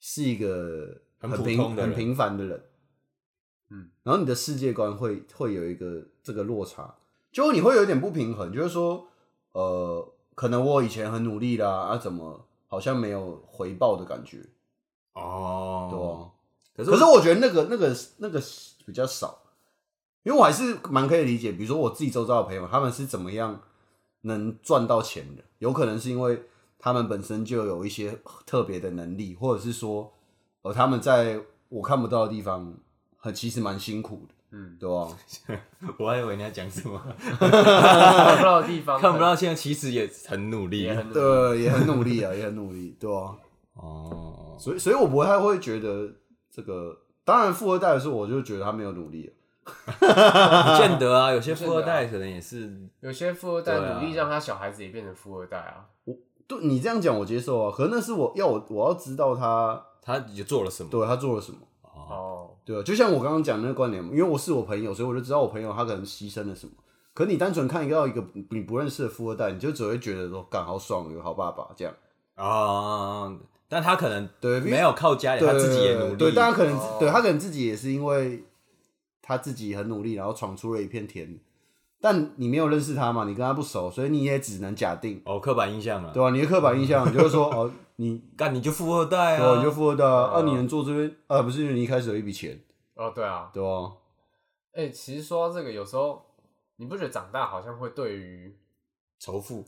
[SPEAKER 2] 是一个
[SPEAKER 1] 很普
[SPEAKER 2] 平
[SPEAKER 1] 通的
[SPEAKER 2] 很
[SPEAKER 1] 人
[SPEAKER 2] 平凡的人，
[SPEAKER 3] 嗯，
[SPEAKER 2] 然后你的世界观会会有一个这个落差，就你会有点不平衡，就是说，呃，可能我以前很努力啦，啊，怎么好像没有回报的感觉，对啊
[SPEAKER 1] 哦，对可
[SPEAKER 2] 可
[SPEAKER 1] 是
[SPEAKER 2] 是我觉得那个那个那个比较少，因为我还是蛮可以理解，比如说我自己周遭的朋友，他们是怎么样能赚到钱的？有可能是因为他们本身就有一些特别的能哦力，或者是说，呃，他们在我看不到的地方，很其实蛮辛苦的。
[SPEAKER 3] 嗯，
[SPEAKER 2] 对啊吧？
[SPEAKER 1] 我还以为你要讲什么，
[SPEAKER 3] 看不到的地方，
[SPEAKER 1] 看不到，现在其实也很努力
[SPEAKER 3] 也很努力
[SPEAKER 2] 对，也很努力啊，也很努力，对吧？
[SPEAKER 1] 哦，
[SPEAKER 2] 所以，所以我不太会觉得这个。当然，富二代的时候，我就觉得他没有努力了。
[SPEAKER 1] 不见得啊，有些
[SPEAKER 3] 不见得
[SPEAKER 1] 富
[SPEAKER 3] 啊
[SPEAKER 1] 二代可能也是
[SPEAKER 3] 有些富二代
[SPEAKER 1] 对啊
[SPEAKER 3] 努力让他小孩子也变成富二代啊，
[SPEAKER 2] 对你这样讲，我接受啊。可是那是我要我我要知道他
[SPEAKER 1] 他也做了什么，
[SPEAKER 2] 对他做了什么，
[SPEAKER 1] 哦，
[SPEAKER 3] 哦，
[SPEAKER 2] 对吧？啊就像我刚刚讲的那个观点，因为我是我朋友，所以我就知道我朋友他可能牺牲了什么。可你单纯看一个到一个你不认识的富二代，你就只会觉得说，干好爽，有个好爸爸这样。
[SPEAKER 1] 哦，但他可能
[SPEAKER 2] 啊对因为
[SPEAKER 1] 没有靠家里，他自己也努力，
[SPEAKER 2] 对，但他可能、
[SPEAKER 3] 哦
[SPEAKER 2] 对他可能自己也是因为他自己很努力，然后闯出了一片天。但你没有认识他嘛，你跟他不熟，所以你也只能假定，
[SPEAKER 1] 哦，刻板印象了
[SPEAKER 2] 对，吧、你的刻板印象，你就会说哦，你
[SPEAKER 1] 干你就富二代
[SPEAKER 2] 对、啊，
[SPEAKER 1] 啊，
[SPEAKER 2] 你就富二代啊，
[SPEAKER 3] 哦
[SPEAKER 2] 啊，你能做这边啊，不是因为你一开始有一笔钱，
[SPEAKER 3] 哦，对啊，
[SPEAKER 2] 对吧、
[SPEAKER 3] 哎、其实说到这个，有时候你不觉得长大好像会对于，
[SPEAKER 1] 仇富，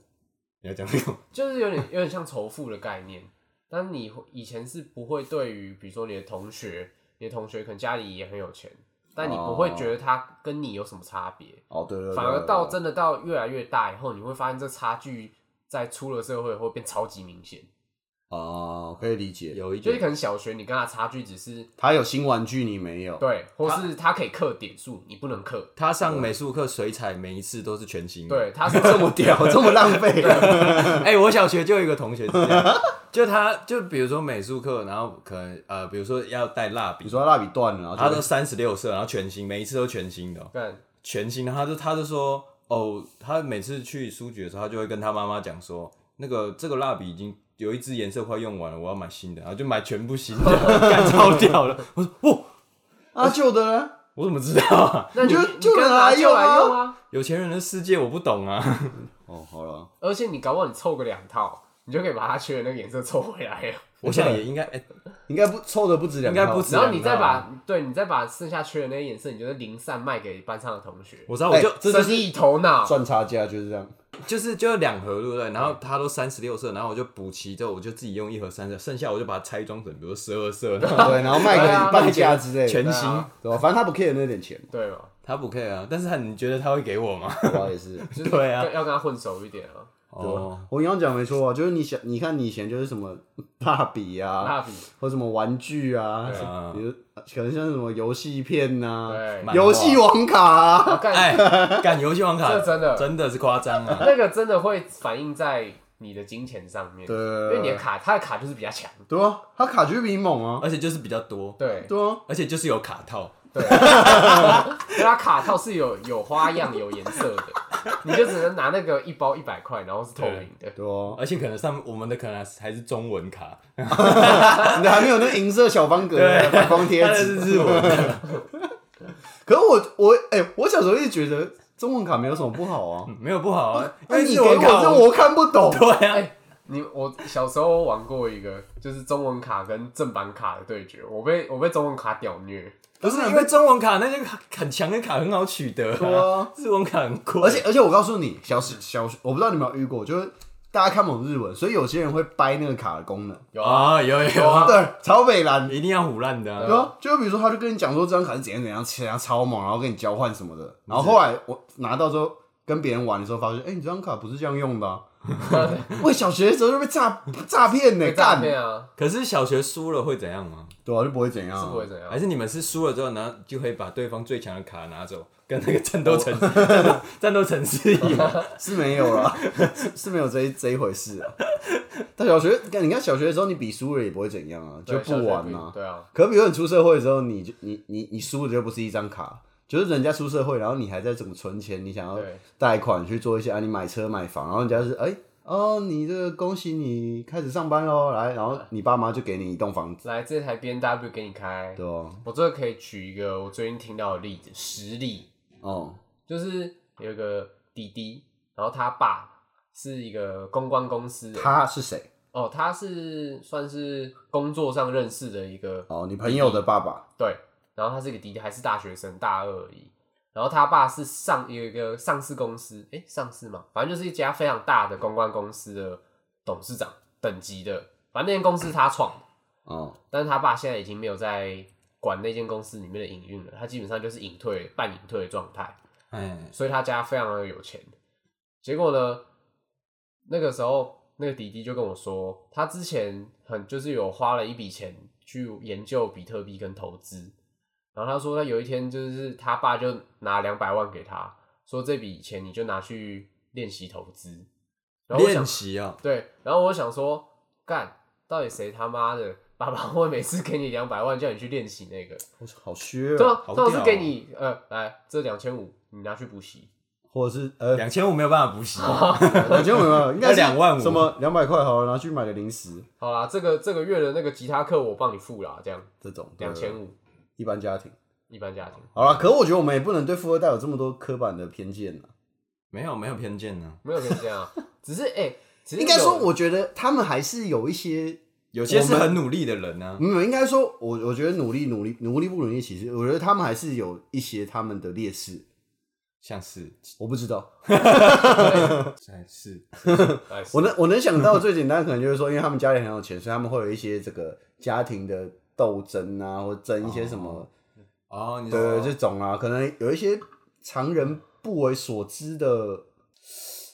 [SPEAKER 1] 你要讲这 个吗，
[SPEAKER 3] 就是有点有点像仇富的概念，但你会以前是不会对于，比如说你的同学，你的同学可能家里也很有钱，但你不会觉得他跟你有什么差别，
[SPEAKER 2] 哦，对对对
[SPEAKER 3] 反而到
[SPEAKER 2] 对
[SPEAKER 3] 真的到越来越大以后，你会发现这差距在出了社会会变超级明显。
[SPEAKER 2] 哦，可以理解。
[SPEAKER 1] 有一
[SPEAKER 3] 就是可
[SPEAKER 1] 点
[SPEAKER 3] 能小学你跟他差距只是
[SPEAKER 2] 他有新玩具，你没有，
[SPEAKER 3] 对，或是他可以刻点数，你不能刻。
[SPEAKER 1] 他上美术课水彩每一次都是全新的，
[SPEAKER 3] 对，他是这么
[SPEAKER 2] 屌，嗯 这么浪费。
[SPEAKER 1] 哎、我小学就有一个同学是这样， 就他就比如说美术课，然后可能呃，比如说要带蜡笔
[SPEAKER 2] 你，说他蜡笔断了，然后
[SPEAKER 1] 他
[SPEAKER 2] 就
[SPEAKER 1] 都三十六色，然后全新，每一次都全新的哦、
[SPEAKER 3] 干
[SPEAKER 1] 全新的。他就他就说，哦，他每次去书局的时候，他就会跟他妈妈讲说，那个这个蜡笔已经有一支颜色快用完了，我要买新的，然后就买全部新的，干超掉了。我说，哇，
[SPEAKER 2] 啊旧的呢？
[SPEAKER 1] 我怎么知道啊？
[SPEAKER 3] 那你
[SPEAKER 2] 就
[SPEAKER 3] 你
[SPEAKER 2] 就
[SPEAKER 3] 干
[SPEAKER 2] 拿
[SPEAKER 3] 嘛
[SPEAKER 2] 来
[SPEAKER 3] 就
[SPEAKER 2] 用
[SPEAKER 3] 来
[SPEAKER 2] 啊
[SPEAKER 3] 用啊！
[SPEAKER 1] 有钱人的世界我不懂啊。
[SPEAKER 2] 哦，好了，
[SPEAKER 3] 而且你搞不好你凑个两套，你就可以把它缺的那个颜色凑回来了。
[SPEAKER 1] 我想也应该，哎、
[SPEAKER 2] 应该不凑的不止两套，
[SPEAKER 1] 应该不止
[SPEAKER 3] 然后你再把对你再把剩下缺的那些颜色，你就是零散卖给班上的同学，
[SPEAKER 1] 我知道，我就、
[SPEAKER 2] 哎
[SPEAKER 1] 这就
[SPEAKER 3] 生
[SPEAKER 1] 是
[SPEAKER 3] 意头脑。
[SPEAKER 2] 赚差价就是这样。
[SPEAKER 1] 就是就两盒，对不对？然后它都三十六色，然后我就补齐之后，我就自己用一盒三十，剩下我就把它拆装成，比如十二色， 然后
[SPEAKER 2] 对，然后卖给
[SPEAKER 3] 对啊
[SPEAKER 2] 你半价之类的，
[SPEAKER 1] 全新
[SPEAKER 3] 对。啊
[SPEAKER 2] 对吧？反正他不 care 那点钱，
[SPEAKER 3] 对哦嘛，
[SPEAKER 1] 他不 care 啊，但是他你觉得他会给我吗？
[SPEAKER 2] 我也是。
[SPEAKER 3] 就是
[SPEAKER 1] 对啊
[SPEAKER 3] 要要跟他混熟一点啊，
[SPEAKER 1] 哦，
[SPEAKER 2] 我刚刚讲没错啊，就是你想，你看你以前就是什么蜡笔啊，
[SPEAKER 3] 蜡笔
[SPEAKER 2] 或什么玩具啊，
[SPEAKER 3] 对
[SPEAKER 2] 什
[SPEAKER 1] 啊
[SPEAKER 2] 么比如可能像什么游戏片呐，
[SPEAKER 3] 对
[SPEAKER 1] 买，
[SPEAKER 2] 游戏王卡啊，
[SPEAKER 3] 我干
[SPEAKER 1] 啊哎，干游戏王卡，
[SPEAKER 3] 这真的
[SPEAKER 1] 真的是夸张 啊！
[SPEAKER 3] 那个真的会反映在你的金钱上面，
[SPEAKER 2] 对
[SPEAKER 3] 因为你的卡他的卡就是比较强，
[SPEAKER 2] 对啊，他卡就是比你猛啊，
[SPEAKER 1] 而且就是比较多，
[SPEAKER 3] 对
[SPEAKER 2] 对啊，
[SPEAKER 1] 而且就是有卡套，
[SPEAKER 3] 对，因为他卡套是有有花样有颜色的，你就只能拿那个一包一百块，然后是透明的，
[SPEAKER 2] 对啊，
[SPEAKER 1] 而且可能上我们的可能还是中文卡，
[SPEAKER 3] 啊
[SPEAKER 2] 你还没有那银色小方格、反光贴
[SPEAKER 1] 它 是
[SPEAKER 2] 纸。
[SPEAKER 1] 日文啊的，
[SPEAKER 2] 可是我我哎、我小时候一直觉得中文卡没有什么不好
[SPEAKER 3] 嗯
[SPEAKER 2] 啊，
[SPEAKER 1] 没有不好啊，因
[SPEAKER 2] 那
[SPEAKER 1] 为
[SPEAKER 2] 你
[SPEAKER 1] 日
[SPEAKER 2] 给我
[SPEAKER 1] 文卡
[SPEAKER 2] 这我看不 懂。
[SPEAKER 1] 对啊，
[SPEAKER 3] 哎你我小时候玩过一个，就是中文卡跟正版卡的对决，我被我被中文卡屌虐，
[SPEAKER 1] 不是因为中文卡那些很强的卡很好取得
[SPEAKER 2] 对啊，
[SPEAKER 1] 日文卡很贵，
[SPEAKER 2] 而且而且我告诉你，小时小时我不知道你们有没有遇过，就是大家看不懂日文，所以有些人会掰那个卡的功能。
[SPEAKER 3] 有啊，
[SPEAKER 1] 啊有有啊，
[SPEAKER 2] 对，超北蓝。
[SPEAKER 1] 一定要胡烂的
[SPEAKER 2] 对
[SPEAKER 1] 啊、
[SPEAKER 3] 嗯
[SPEAKER 2] 啊，就比如说，他就跟你讲说这张卡是怎样怎样，怎样超猛，然后跟你交换什么的。然后后来我拿到之后，跟别人玩的时候发现，哎、你这张卡不是这样用的、 啊。我小学的时候就被诈诈骗呢，
[SPEAKER 3] 被诈
[SPEAKER 2] 哎干，
[SPEAKER 3] 骗啊，
[SPEAKER 1] 可是小学输了会怎样吗？
[SPEAKER 2] 对啊，就不会怎样啊、
[SPEAKER 3] 是不会怎样
[SPEAKER 1] 还，是你们是输了之后，然后就可以把对方最强的卡拿走，跟那个战斗城市、战斗 战斗城市一样？
[SPEAKER 2] 是没有 啦，是是没有这一这一回事啊。但小学，你看你看小学的时候，你比输了也不会怎样啊，就
[SPEAKER 3] 对
[SPEAKER 2] 不玩啊。
[SPEAKER 3] 对啊，
[SPEAKER 2] 可比如你出社会的时候，你就你你你输的就不是一张卡，就是人家出社会，然后你还在怎么存钱，你想要
[SPEAKER 3] 对
[SPEAKER 2] 贷款去做一些啊，你买车买房，然后人家是哎、哦，你这个恭喜你开始上班喽，来，然后你爸妈就给你一栋房子，
[SPEAKER 3] 来这台 B N W 给你开，
[SPEAKER 2] 对哦，
[SPEAKER 3] 我这个可以举一个我最近听到的例子，实例，
[SPEAKER 2] 哦，
[SPEAKER 3] 就是有一个弟弟，然后他爸是一个公关公司的，
[SPEAKER 2] 他是谁？
[SPEAKER 3] 哦，他是算是工作上认识的一个，
[SPEAKER 2] 哦，你朋友的爸爸，
[SPEAKER 3] 对，然后他是一个弟弟，还是大学生，大二而已。然后他爸是上有一个上市公司，诶，上市嘛，反正就是一家非常大的公关公司的董事长等级的，反正那间公司他创的，
[SPEAKER 2] 哦，
[SPEAKER 3] 但是他爸现在已经没有在管那间公司里面的营运了，他基本上就是隐退、半隐退的状态。
[SPEAKER 1] 哎，
[SPEAKER 3] 所以他家非常的有钱。结果呢，那个时候那个弟弟就跟我说，他之前很就是有花了一笔钱去研究比特币跟投资，然后他说他有一天就是他爸就拿两百万给他，说这笔钱你就拿去练习投资。然后我想
[SPEAKER 1] 练习啊，
[SPEAKER 3] 对，然后我想说，干，到底谁他妈的爸爸会每次给你两百万叫你去练习那个？
[SPEAKER 2] 我说好削
[SPEAKER 3] 对
[SPEAKER 2] 哦，
[SPEAKER 3] 啊，
[SPEAKER 1] 好
[SPEAKER 3] 倒是
[SPEAKER 1] 屌
[SPEAKER 3] 给
[SPEAKER 1] 哦
[SPEAKER 3] 你呃，来这两千五，你拿去补习。
[SPEAKER 2] 或者是呃，
[SPEAKER 1] 两千五没有办法补习，
[SPEAKER 3] 啊
[SPEAKER 2] 我觉得没有，应该是
[SPEAKER 1] 要25,000
[SPEAKER 2] 什么两百块好了，拿去买个零食
[SPEAKER 3] 好啦，这个这个月的那个吉他课我帮你付啦，这样
[SPEAKER 2] 这种，
[SPEAKER 3] 两千
[SPEAKER 2] 五，
[SPEAKER 3] 五，
[SPEAKER 2] 一般家庭。
[SPEAKER 3] 一般家庭
[SPEAKER 2] 好了，可我觉得我们也不能对富二代有这么多刻板的偏见啊。
[SPEAKER 1] 没有没有偏见呢。
[SPEAKER 3] 没有跟你这样啊，只是哎，只是
[SPEAKER 2] 应该说，
[SPEAKER 3] 有
[SPEAKER 2] 我觉得他们还是有一些，
[SPEAKER 1] 有些是
[SPEAKER 2] 我们
[SPEAKER 1] 很努力的人啊呢，
[SPEAKER 2] 没有，应该说，我我觉得努力努力努力不努力，其实我觉得他们还是有一些他们的劣势。
[SPEAKER 1] 像是
[SPEAKER 2] 我不知道，
[SPEAKER 1] 像是
[SPEAKER 3] 哎
[SPEAKER 2] 我能我能想到最简单，可能就是说，因为他们家里很有钱，所以他们会有一些这个家庭的斗争啊，或争一些什么，
[SPEAKER 1] 哦，你
[SPEAKER 2] 对
[SPEAKER 1] 说
[SPEAKER 2] 这种啊，可能有一些常人不为所知的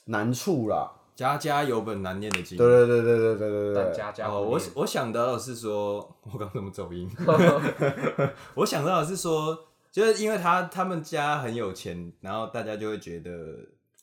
[SPEAKER 2] 难处啦。
[SPEAKER 1] 家家有本难念的经。
[SPEAKER 2] 对对对对对对对
[SPEAKER 3] 但
[SPEAKER 2] 对
[SPEAKER 3] 家家
[SPEAKER 1] 哦，
[SPEAKER 3] 户
[SPEAKER 1] 我
[SPEAKER 3] 户
[SPEAKER 1] 我想到的是说，我刚怎么走 音？ 我想到的是说，就是因为他他们家很有钱，然后大家就会觉得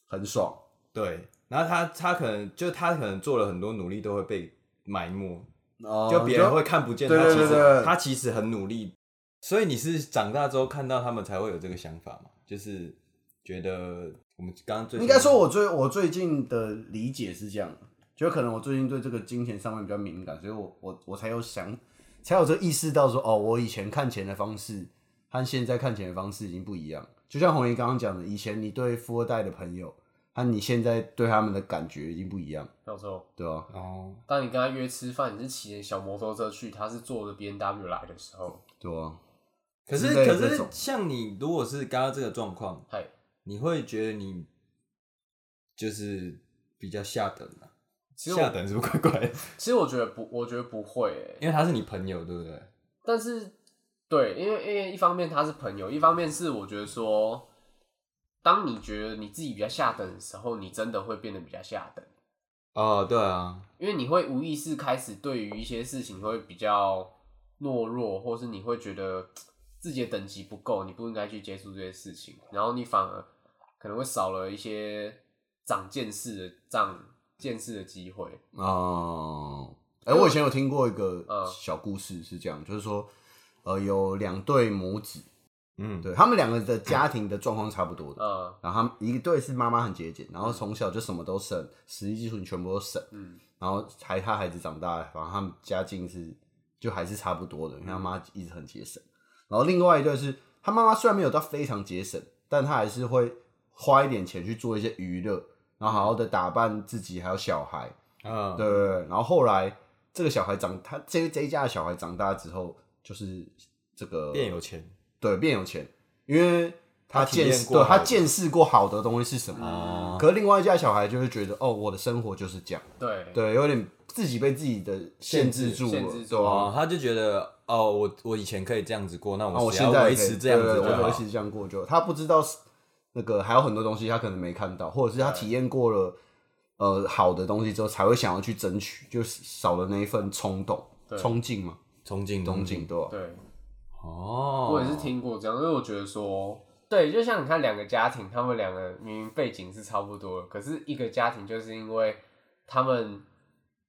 [SPEAKER 2] 很爽。
[SPEAKER 1] 对，然后他他可能就他可能做了很多努力，都会被埋没，
[SPEAKER 2] 哦
[SPEAKER 1] 就别人会看不见
[SPEAKER 2] 对
[SPEAKER 1] 他
[SPEAKER 2] 对
[SPEAKER 1] 其
[SPEAKER 2] 对
[SPEAKER 1] 实
[SPEAKER 2] 对
[SPEAKER 1] 他其实很努力，所以你是长大之后看到他们才会有这个想法嘛？就是觉得我们刚刚最
[SPEAKER 2] 应该说，我最我最近的理解是这样，就可能我最近对这个金钱上面比较敏感，所以我我我才有想，才有这意识到说，哦，我以前看钱的方式和现在看钱的方式已经不一样。就像红姨刚刚讲的，以前你对富二代的朋友和你现在对他们的感觉已经不一样，
[SPEAKER 3] 到时候，
[SPEAKER 2] 对吧、
[SPEAKER 1] 哦，
[SPEAKER 3] 当你跟他约吃饭，你是骑着小摩托车去，他是坐着 B N W 来的时候，
[SPEAKER 2] 对吧、
[SPEAKER 1] 可是
[SPEAKER 2] 之类的
[SPEAKER 1] 可
[SPEAKER 2] 这
[SPEAKER 1] 是
[SPEAKER 2] 种
[SPEAKER 1] 像你如果是刚刚这个状况，
[SPEAKER 3] 嗨，
[SPEAKER 1] 你会觉得你就是比较下等啊？
[SPEAKER 3] 其实
[SPEAKER 1] 下
[SPEAKER 3] 我
[SPEAKER 1] 等是不是怪怪的？
[SPEAKER 3] 其实我觉得不，我觉得不会、欸，
[SPEAKER 1] 因为他是你朋友，对不对？
[SPEAKER 3] 但是对，因为因为一方面他是朋友，一方面是我觉得说，当你觉得你自己比较下等的时候，你真的会变得比较下等，
[SPEAKER 1] 哦，对啊，
[SPEAKER 3] 因为你会无意识开始对于一些事情会比较懦弱，或是你会觉得自己的等级不够，你不应该去接触这些事情，然后你反而可能会少了一些长见识的长见识的机会。
[SPEAKER 2] 哦，哎、我以前有听过一个
[SPEAKER 3] 嗯
[SPEAKER 2] 小故事，是这样，就是说，呃，有两对母子，
[SPEAKER 1] 嗯，
[SPEAKER 2] 对他们两个的家庭的状况差不多的，
[SPEAKER 3] 嗯
[SPEAKER 2] 然后他们一对是妈妈很节俭，然后从小就什么都省，实际技术你全部都省，
[SPEAKER 3] 嗯
[SPEAKER 2] 然后还他孩子长大，反正他们家境是就还是差不多的，因为他妈一直很节省。然后另外一对是他妈妈虽然没有到非常节省，但他还是会花一点钱去做一些娱乐，然后好好的打扮自己还有小孩，
[SPEAKER 1] 啊，
[SPEAKER 2] 对对对。然后后来这个小孩长，他这这一家的小孩长大之后，就是这个
[SPEAKER 1] 变有钱
[SPEAKER 2] 对，变有钱，因为他
[SPEAKER 1] 他体验
[SPEAKER 2] 见识，
[SPEAKER 1] 过
[SPEAKER 2] 对
[SPEAKER 1] 好的
[SPEAKER 2] 他见识过好的东西是什么。
[SPEAKER 1] 哦，
[SPEAKER 2] 可是另外一家小孩就会觉得，哦，我的生活就是这样，
[SPEAKER 3] 对
[SPEAKER 2] 对，有点自己被自己的限制住了，
[SPEAKER 3] 限制住
[SPEAKER 2] 对啊
[SPEAKER 1] 哦，他就觉得哦，我我以前可以这样子过，那
[SPEAKER 2] 那哦我
[SPEAKER 1] 哦我只
[SPEAKER 2] 现
[SPEAKER 1] 要
[SPEAKER 2] 在
[SPEAKER 1] 维持这样子
[SPEAKER 2] 对
[SPEAKER 1] 就
[SPEAKER 2] 对我维
[SPEAKER 1] 好。
[SPEAKER 2] 持这样过就，他不知道是那个还有很多东西他可能没看到，或者是他体验过了呃好的东西之后，才会想要去争取，就是少了那一份冲动、
[SPEAKER 3] 对
[SPEAKER 2] 冲劲嘛，
[SPEAKER 1] 憧憬，
[SPEAKER 2] 冲劲对吧？
[SPEAKER 3] 对，
[SPEAKER 1] 哦，
[SPEAKER 3] 我也是听过这样，因为我觉得说，对，就像你看两个家庭，他们两个明明背景是差不多的，可是一个家庭就是因为他们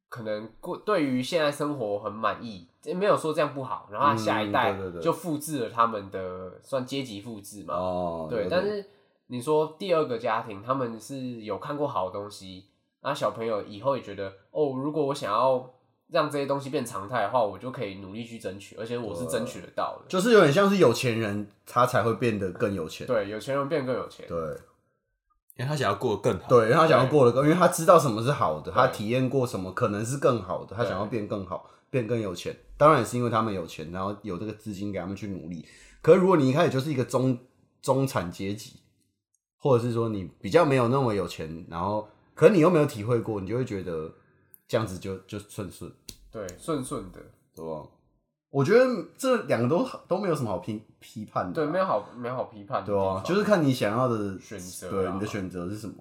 [SPEAKER 3] 可能过对于现在生活很满意，也没有说这样不好，然后他下一代
[SPEAKER 2] 嗯对对对
[SPEAKER 3] 就复制了他们的算阶级复制嘛，
[SPEAKER 2] 哦，
[SPEAKER 3] 对，
[SPEAKER 2] 有
[SPEAKER 3] 但
[SPEAKER 2] 点
[SPEAKER 3] 是你说第二个家庭，他们是有看过好的东西，那小朋友以后也觉得，哦，如果我想要让这些东西变常态的话，我就可以努力去争取，而且我是争取得到的。
[SPEAKER 2] 就是有点像是有钱人他才会变得更有钱，
[SPEAKER 3] 对，有钱人变更有钱。
[SPEAKER 2] 对。
[SPEAKER 1] 因为他想要过得更好。
[SPEAKER 2] 对，因为他想要过得更，因为他知道什么是好的，他
[SPEAKER 3] 对
[SPEAKER 2] 体验过什么可能是更好的，他
[SPEAKER 3] 对
[SPEAKER 2] 想要变更好，变更有钱。当然也是因为他们有钱，然后有这个资金给他们去努力。可是如果你一开始就是一个中中产阶级，或者是说你比较没有那么有钱，然后可你又没有体会过，你就会觉得这样子就就顺顺，
[SPEAKER 3] 对，顺顺的。
[SPEAKER 2] 对吧？我觉得这两个都都没有什么好批批判的
[SPEAKER 3] 对，
[SPEAKER 2] 啊、
[SPEAKER 3] 没有好没有好批判的
[SPEAKER 2] 对啊
[SPEAKER 3] 地，方
[SPEAKER 2] 就是看你想要的
[SPEAKER 3] 选择啊
[SPEAKER 2] 对你的选择是什么。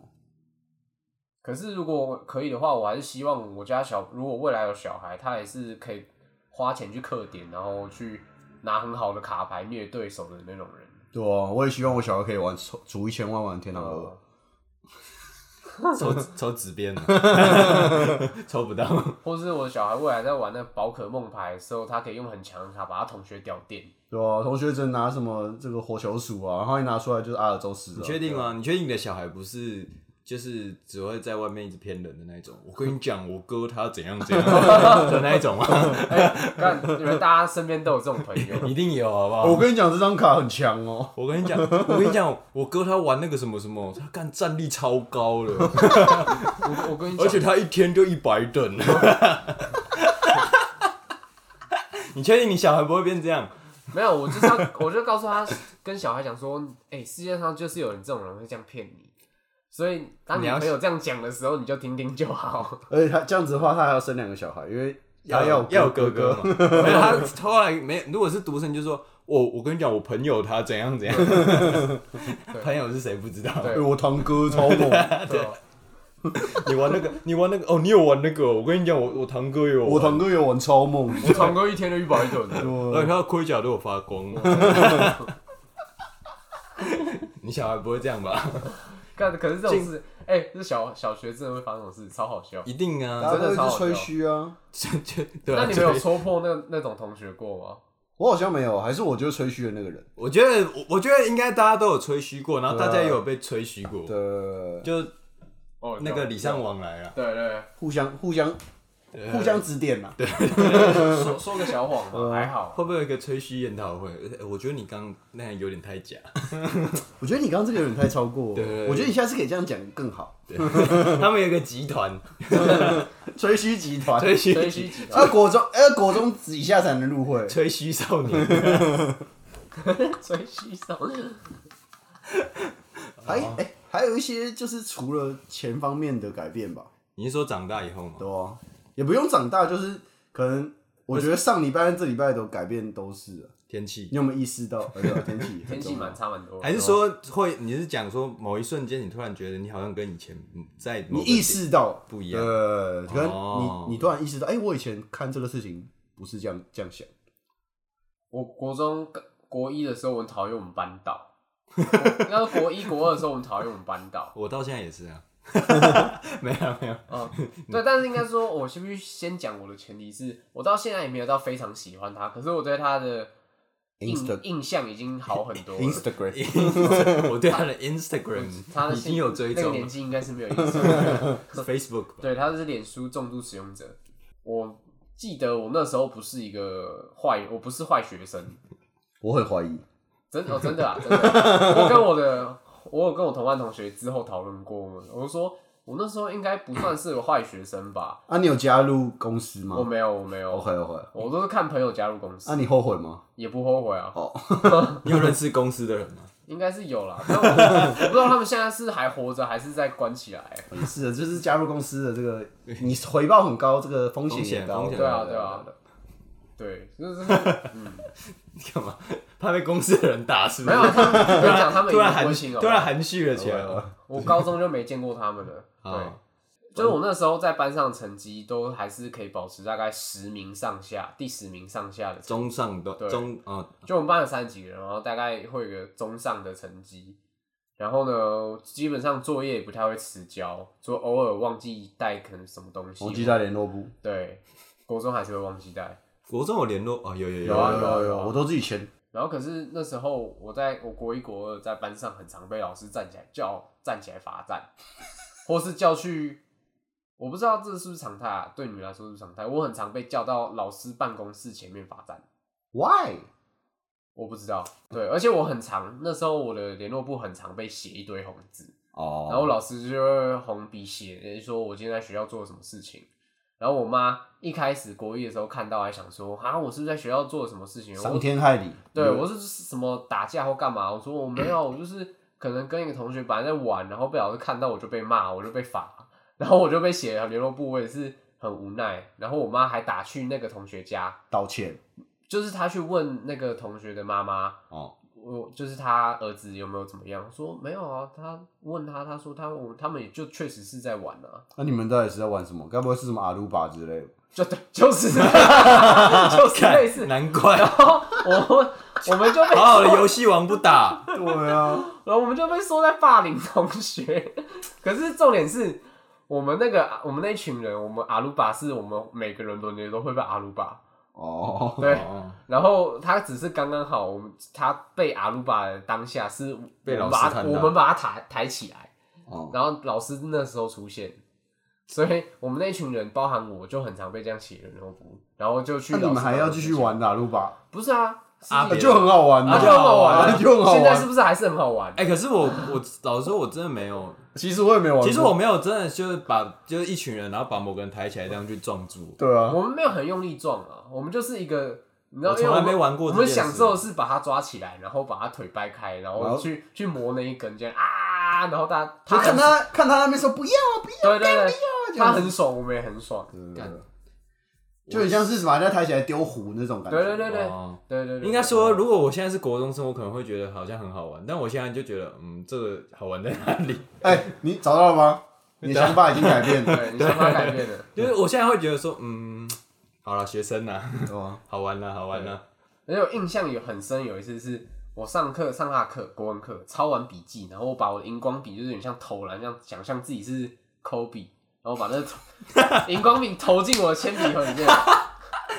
[SPEAKER 3] 可是如果可以的话，我还是希望我家小，如果未来有小孩，他还是可以花钱去氪点，然后去拿很好的卡牌虐对手的那种人。
[SPEAKER 2] 对啊，我也希望我小孩可以玩出出一千万玩天堂二、
[SPEAKER 3] 啊
[SPEAKER 1] 抽抽纸边 啊，抽不
[SPEAKER 2] 啊
[SPEAKER 1] 到。
[SPEAKER 3] 或是我的小孩未来在玩那宝可梦牌的时候，他可以用很强的卡把他同学屌电。
[SPEAKER 2] 对啊，同学只拿什么这个火球鼠啊，然后一拿出来就是阿尔宙斯、啊。
[SPEAKER 1] 你确定吗？你确定你的小孩不是就是只会在外面一直骗人的那一种？我跟你讲，我哥他怎样 怎样的那一种啊，
[SPEAKER 3] 看，你们大家身边都有这种朋友，
[SPEAKER 1] 一定有好不好？
[SPEAKER 2] 啊我跟你讲，这张卡很强哦、
[SPEAKER 1] 我跟你讲，我跟你讲，我哥他玩那个什么什么，他干战力超高了，
[SPEAKER 3] 我我跟你讲
[SPEAKER 1] 而且他一天就一百 等。你确定你小孩不会变这样？
[SPEAKER 3] 没有，我就是要，我就告诉他，跟小孩讲说，哎、世界上就是有人这种人会这样骗你，所以当你
[SPEAKER 1] 你要
[SPEAKER 3] 朋友这样讲的时候，你就听听就 好。
[SPEAKER 2] 而且他这样子的话，他还要生两个小孩，因为他要
[SPEAKER 1] 要有
[SPEAKER 2] 哥
[SPEAKER 1] 哥哥嘛？没有他后来没有，如果是独生，就说我我跟你讲，我朋友他怎样怎样， 朋友是谁不知道？
[SPEAKER 3] 对
[SPEAKER 2] 哎我堂哥超猛，
[SPEAKER 3] 对哦，
[SPEAKER 1] 你玩那个，你玩那个，哦，你有玩那个？我跟你讲，我我堂哥有
[SPEAKER 2] 我
[SPEAKER 1] 玩，
[SPEAKER 2] 堂哥有玩超猛，啊
[SPEAKER 3] 我堂哥一天就一百吨，
[SPEAKER 1] 而 且他的盔甲都有发 光。你小孩不会这样吧？
[SPEAKER 3] 干，可是这种事，哎、这小小学真的会发生这种事，超好笑。
[SPEAKER 1] 一定啊，
[SPEAKER 2] 大家都一直吹嘘啊。
[SPEAKER 1] 就就 对、啊。
[SPEAKER 3] 那你们有戳破那那种同学过吗？
[SPEAKER 2] 我好像没有，还是我就是吹嘘的那个人。
[SPEAKER 1] 我觉得，我我觉得应该大家都有吹嘘过，然后
[SPEAKER 2] 对啊
[SPEAKER 1] 大家也有被吹嘘过，
[SPEAKER 3] 啊
[SPEAKER 2] 对，
[SPEAKER 1] 就
[SPEAKER 3] 哦，
[SPEAKER 1] 那个
[SPEAKER 3] 有
[SPEAKER 1] 礼尚，往来啊。
[SPEAKER 3] 对对对
[SPEAKER 2] 互相互相互相指点啊呐、对，
[SPEAKER 3] 说说个 小谎
[SPEAKER 1] 啊
[SPEAKER 3] 嘛，还好。
[SPEAKER 1] 会不会有一个吹嘘研讨会？呃我觉得你刚那样有点太假，
[SPEAKER 2] 我觉得你刚刚这个有点太超过，
[SPEAKER 1] 对
[SPEAKER 2] 我觉得你下次可以这样讲更好。
[SPEAKER 1] 他们有一个集 团
[SPEAKER 2] 吹嘘集团，
[SPEAKER 1] 吹嘘
[SPEAKER 3] 吹嘘几
[SPEAKER 2] 啊，国中哎，国中以下才能入会。
[SPEAKER 1] 吹嘘少年，
[SPEAKER 3] 吹嘘 少，啊
[SPEAKER 2] 还哎、还有一些就是除了钱方面的改变吧，
[SPEAKER 1] 你是说长大以后吗？
[SPEAKER 2] 对啊，也不用长大，就是可能我觉得上礼拜跟这礼拜的改变都是了。
[SPEAKER 1] 天气
[SPEAKER 2] 你有没有意 识到？呃对啊天气
[SPEAKER 3] 天气蛮差蛮多的。
[SPEAKER 1] 还是说会？你是讲说某一瞬间你突然觉得你好像跟以前嗯在某
[SPEAKER 2] 你
[SPEAKER 1] 个
[SPEAKER 2] 意识到
[SPEAKER 1] 不一样
[SPEAKER 2] 呃，可能
[SPEAKER 1] 哦
[SPEAKER 2] 你你突然意识到，哎、我以前看这个事情不是这样这样想，
[SPEAKER 3] 我国中国一的时候，我很讨厌我们班导。 我要是国一国二的时候，我们讨厌我们班导。
[SPEAKER 1] 我到现在也是 啊，没有没有，
[SPEAKER 3] 嗯，对，但是应该说，我先必须先讲我的前提是，我到现在也没有到非常喜欢他，可是我对他的印
[SPEAKER 2] Insta-
[SPEAKER 3] 印象已经好很多了。
[SPEAKER 2] Instagram
[SPEAKER 1] 我对他的 Instagram
[SPEAKER 3] 他的
[SPEAKER 1] 已经有追
[SPEAKER 3] 那个
[SPEAKER 1] 踪
[SPEAKER 3] 年
[SPEAKER 1] 了
[SPEAKER 3] 纪应该是没有印 象。
[SPEAKER 1] ，Facebook 吧
[SPEAKER 3] 对，他是脸书重度使用者。我记得我那时候不是一个坏，我不是坏学生，
[SPEAKER 2] 我很怀疑，
[SPEAKER 3] 真哦，真的啊，真的啊。我跟我的，我有跟我同班同学之后讨论过，我说我那时候应该不算是个坏学生吧？
[SPEAKER 2] 啊，你有加入公司
[SPEAKER 3] 我
[SPEAKER 2] 吗哦
[SPEAKER 3] 没有，我没有，
[SPEAKER 2] ？OK OK，
[SPEAKER 3] 我都是看朋友加入公司，
[SPEAKER 2] 啊，你后悔吗？
[SPEAKER 3] 也不后悔啊，
[SPEAKER 1] 你有认识公司的人吗？
[SPEAKER 3] 应该是有啦。但我我不知道他们现在是还活着，还是在关起来。
[SPEAKER 2] 也是的，就是加入公司的这个，你回报很高，这个风险
[SPEAKER 1] 风险
[SPEAKER 2] 也高，
[SPEAKER 1] 风险
[SPEAKER 3] 对啊，对啊，对，就是嗯，
[SPEAKER 1] 你干嘛？ 怕被公司的人打是不
[SPEAKER 3] 没
[SPEAKER 1] 是
[SPEAKER 3] 有，？他们我跟你讲他 们
[SPEAKER 1] 突
[SPEAKER 3] 也
[SPEAKER 1] 然
[SPEAKER 3] 很
[SPEAKER 1] 含
[SPEAKER 3] 温馨哦，
[SPEAKER 1] 突然含蓄了起来。
[SPEAKER 3] 我高中就没见过他们了。
[SPEAKER 1] 啊
[SPEAKER 3] 对，就是我那时候在班上成绩都还是可以保持大概十名上下，第十名上下的成。
[SPEAKER 1] 中上的
[SPEAKER 3] 对
[SPEAKER 1] 中啊，
[SPEAKER 3] 就我们班有三十几个人，然后大概会有一个中上的成绩。然后呢，基本上作业也不太会迟交，就偶尔忘记带可能什么东西。
[SPEAKER 2] 我记在联络部，
[SPEAKER 3] 对，国中还是会忘记带。
[SPEAKER 1] 国中有联络哦，有有
[SPEAKER 3] 有啊
[SPEAKER 1] 有，
[SPEAKER 3] 有有
[SPEAKER 2] 我都自己签，
[SPEAKER 3] 然后可是那时候我在我国一国二在班上很常被老师站起来叫站起来罚站， 或是叫去，我不知道这是不是常态啊？对你们来说是不是常态？我很常被叫到老师办公室前面罚站，
[SPEAKER 2] Why？
[SPEAKER 3] 我不知道。对，而且我很常那时候我的联络部很常被写一堆红字，
[SPEAKER 1] 哦
[SPEAKER 3] 然后老师就会红笔写说我今天在学校做了什么事情。然后我妈一开始国一的时候看到，还想说啊，我是不是在学校做了什么事
[SPEAKER 1] 哎
[SPEAKER 3] 情？我
[SPEAKER 2] 伤天害理。
[SPEAKER 3] 对，
[SPEAKER 1] 嗯
[SPEAKER 3] 我是什么打架或干嘛？我说我没有，我就是可能跟一个同学本来在玩，然后被老师看到，我就被骂，我就被罚，然后我就被写了联络部，我也是很无奈。然后我妈还打去那个同学家，
[SPEAKER 2] 道歉，
[SPEAKER 3] 就是他去问那个同学的妈妈，
[SPEAKER 1] 哦，
[SPEAKER 3] 我就是他儿子有没有怎么样，说没有啊，他问他，他说他我他们也就确实是在玩啊，
[SPEAKER 2] 那、你们到底是在玩什么？该不会是什么阿鲁巴之类的？
[SPEAKER 3] 就对，就 是 就是类似，
[SPEAKER 1] 难怪，
[SPEAKER 3] 然后我们我们就被
[SPEAKER 1] 好好的游戏王不打，
[SPEAKER 2] 对啊，
[SPEAKER 3] 然后呃我们就被说在霸凌同学。可是重点是我们那个我们那一群人，我们阿鲁巴是我们每个人轮流都会被阿鲁巴，
[SPEAKER 2] 哦，
[SPEAKER 3] 对。
[SPEAKER 1] 哦
[SPEAKER 3] 然后他只是刚刚好，我们他被阿鲁巴的当下是
[SPEAKER 1] 被
[SPEAKER 3] 我
[SPEAKER 1] 老
[SPEAKER 3] 们
[SPEAKER 1] 师
[SPEAKER 3] 把他
[SPEAKER 1] 看到
[SPEAKER 3] 我们把他抬抬起来，
[SPEAKER 2] 哦，
[SPEAKER 3] 然后老师那时候出现。所以我们那群人，包含我，就很常被这样写人头符，然后就 去。
[SPEAKER 2] 那你们还要继续？玩阿鲁巴？
[SPEAKER 3] 不是啊，
[SPEAKER 1] 啊
[SPEAKER 3] 是
[SPEAKER 1] 别
[SPEAKER 2] 就很好玩
[SPEAKER 3] 啊，
[SPEAKER 2] 啊，
[SPEAKER 3] 就很好玩啊，
[SPEAKER 2] 啊，就很好
[SPEAKER 3] 现在是
[SPEAKER 2] 玩。
[SPEAKER 3] 不是还是很好玩？
[SPEAKER 1] 哎、可是我我老实说，我真的没 有，
[SPEAKER 2] 其实我也没玩过，
[SPEAKER 1] 其实我没有真的就是把就是一群人，然后把某个人抬起来这样去撞住，
[SPEAKER 2] 对啊，
[SPEAKER 3] 我们没有很用力撞啊，我们就是一个，你知道，
[SPEAKER 1] 我
[SPEAKER 3] 因为
[SPEAKER 1] 从来
[SPEAKER 3] 们
[SPEAKER 1] 没玩过
[SPEAKER 3] 我
[SPEAKER 1] 这
[SPEAKER 3] 们
[SPEAKER 1] 件事
[SPEAKER 3] 享受的是把它抓起来，然后把它腿掰开，然
[SPEAKER 2] 然
[SPEAKER 3] 后
[SPEAKER 2] 后
[SPEAKER 3] 去去磨那一根，这样啊，然后大家
[SPEAKER 2] 就
[SPEAKER 3] 他
[SPEAKER 2] 看
[SPEAKER 3] 很
[SPEAKER 2] 他看他那边说不要啊不要，
[SPEAKER 1] 啊
[SPEAKER 3] 对对
[SPEAKER 2] 这
[SPEAKER 3] 对，
[SPEAKER 2] 样
[SPEAKER 3] 他
[SPEAKER 2] 子
[SPEAKER 3] 很爽，我们也很爽，
[SPEAKER 1] 干
[SPEAKER 2] 就很像是什么人家抬起来丢壶那种感觉。
[SPEAKER 3] 对对对对
[SPEAKER 1] 哦
[SPEAKER 3] 对对对，
[SPEAKER 1] 应该说，如果我现在是国中生，我可能会觉得好像很好玩，但我现在就觉得，嗯，这个好玩在哪里？
[SPEAKER 2] 哎，你找到了吗？你的想法已经改变 了，
[SPEAKER 3] 对你想法改变了，
[SPEAKER 1] 就是我现在会觉得说，嗯，好了，学生啊呐、
[SPEAKER 2] 对啊吧？
[SPEAKER 1] 好玩啦，好玩啦。
[SPEAKER 3] 而且我印象有很深，有一次是。我上课上他的课，国文课抄完笔记，然后我把我的荧光笔就是有点像投篮，这样想象自己是抠笔，然后把那个 投荧光笔投进我的铅笔盒 里面。哎、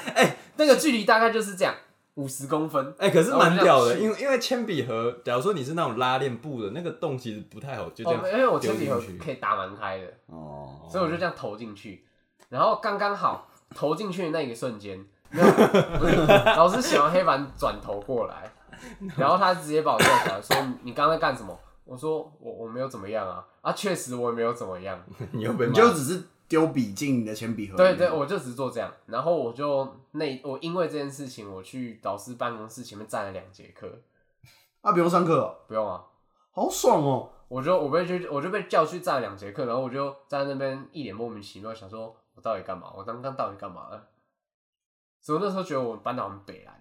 [SPEAKER 3] 那个距离大概就是这样，五十公分。
[SPEAKER 1] 哎、可是蛮屌的，
[SPEAKER 3] 哦
[SPEAKER 1] 因为因为铅笔盒，假如说你是那种拉链布的，那个洞其实不太好，就这
[SPEAKER 3] 哦
[SPEAKER 1] 样，
[SPEAKER 3] 因为我
[SPEAKER 1] 丢
[SPEAKER 3] 铅笔盒
[SPEAKER 1] 进去。
[SPEAKER 3] 可以打蛮开的，
[SPEAKER 2] 哦，
[SPEAKER 3] 所以我就这样投进去，然后刚刚好投进去的那一个瞬间，没有 不是老师写完黑板转头过来，然后他直接把我叫起来说：“你刚才干什么？”我说：“我我没有怎么样啊，啊，确实我也没有怎么样。”
[SPEAKER 1] 你又被
[SPEAKER 2] 你
[SPEAKER 1] 骂
[SPEAKER 2] 就只是丢笔进你的铅笔盒。
[SPEAKER 3] 对对，，我就只做这样，然后我就那我因为这件事情，我去老师办公室前面站了两节课，
[SPEAKER 2] 啊，不用上课哦，
[SPEAKER 3] 不用啊，
[SPEAKER 2] 好爽哦！
[SPEAKER 3] 我就我被去我就被叫去站了两节课，然后我就站在那边一脸莫名其妙，想说我到底干嘛？我刚刚到底干嘛了？所以我那时候觉得我们班长很北蓝，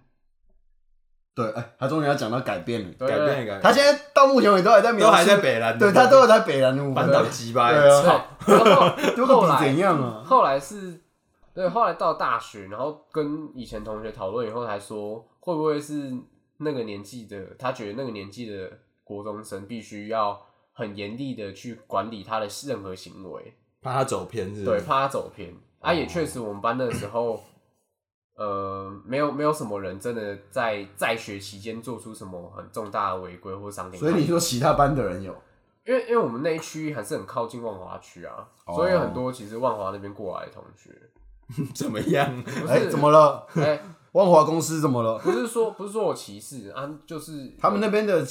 [SPEAKER 2] 对，哎，他终于要讲到改变了。
[SPEAKER 3] 对
[SPEAKER 1] 改变一
[SPEAKER 3] 个
[SPEAKER 1] 改变，
[SPEAKER 2] 他现在到目前为止都还在描
[SPEAKER 1] 都
[SPEAKER 2] 述
[SPEAKER 1] 还在，北兰，
[SPEAKER 2] 对 他都有在北南路。
[SPEAKER 1] 班长鸡巴
[SPEAKER 2] 对啊
[SPEAKER 1] 呀，操！
[SPEAKER 3] 对，
[SPEAKER 2] 丢
[SPEAKER 3] 然后
[SPEAKER 2] 个
[SPEAKER 3] 后
[SPEAKER 2] 笔
[SPEAKER 3] 来
[SPEAKER 2] 怎样啊？
[SPEAKER 3] 后来是，对，后来到大学，然后跟以前同学讨论以后，还说会不会是那个年纪的，他觉得那个年纪的国中生必须要很严厉的去管理他的任何行为，
[SPEAKER 1] 怕他走偏是不
[SPEAKER 3] 对，
[SPEAKER 1] 是？
[SPEAKER 3] 怕他走偏。啊，也确
[SPEAKER 2] 哦
[SPEAKER 3] 实，我们班那时候，呃，没有没有什么人真的在在学期间做出什么很重大的违规或伤天害
[SPEAKER 2] 所以
[SPEAKER 3] 理。
[SPEAKER 2] 你说其他班的人有，
[SPEAKER 3] 因为因为我们那一区还是很靠近万华区啊，
[SPEAKER 2] 哦
[SPEAKER 3] 所以有很多其实万华那边过来的同学，
[SPEAKER 1] 怎么样？
[SPEAKER 3] 不
[SPEAKER 2] 哎，
[SPEAKER 3] 是
[SPEAKER 2] 怎么了？
[SPEAKER 3] 哎、
[SPEAKER 2] 万华公司怎么了？
[SPEAKER 3] 不是说不是说我歧视啊，就是
[SPEAKER 2] 他们那边的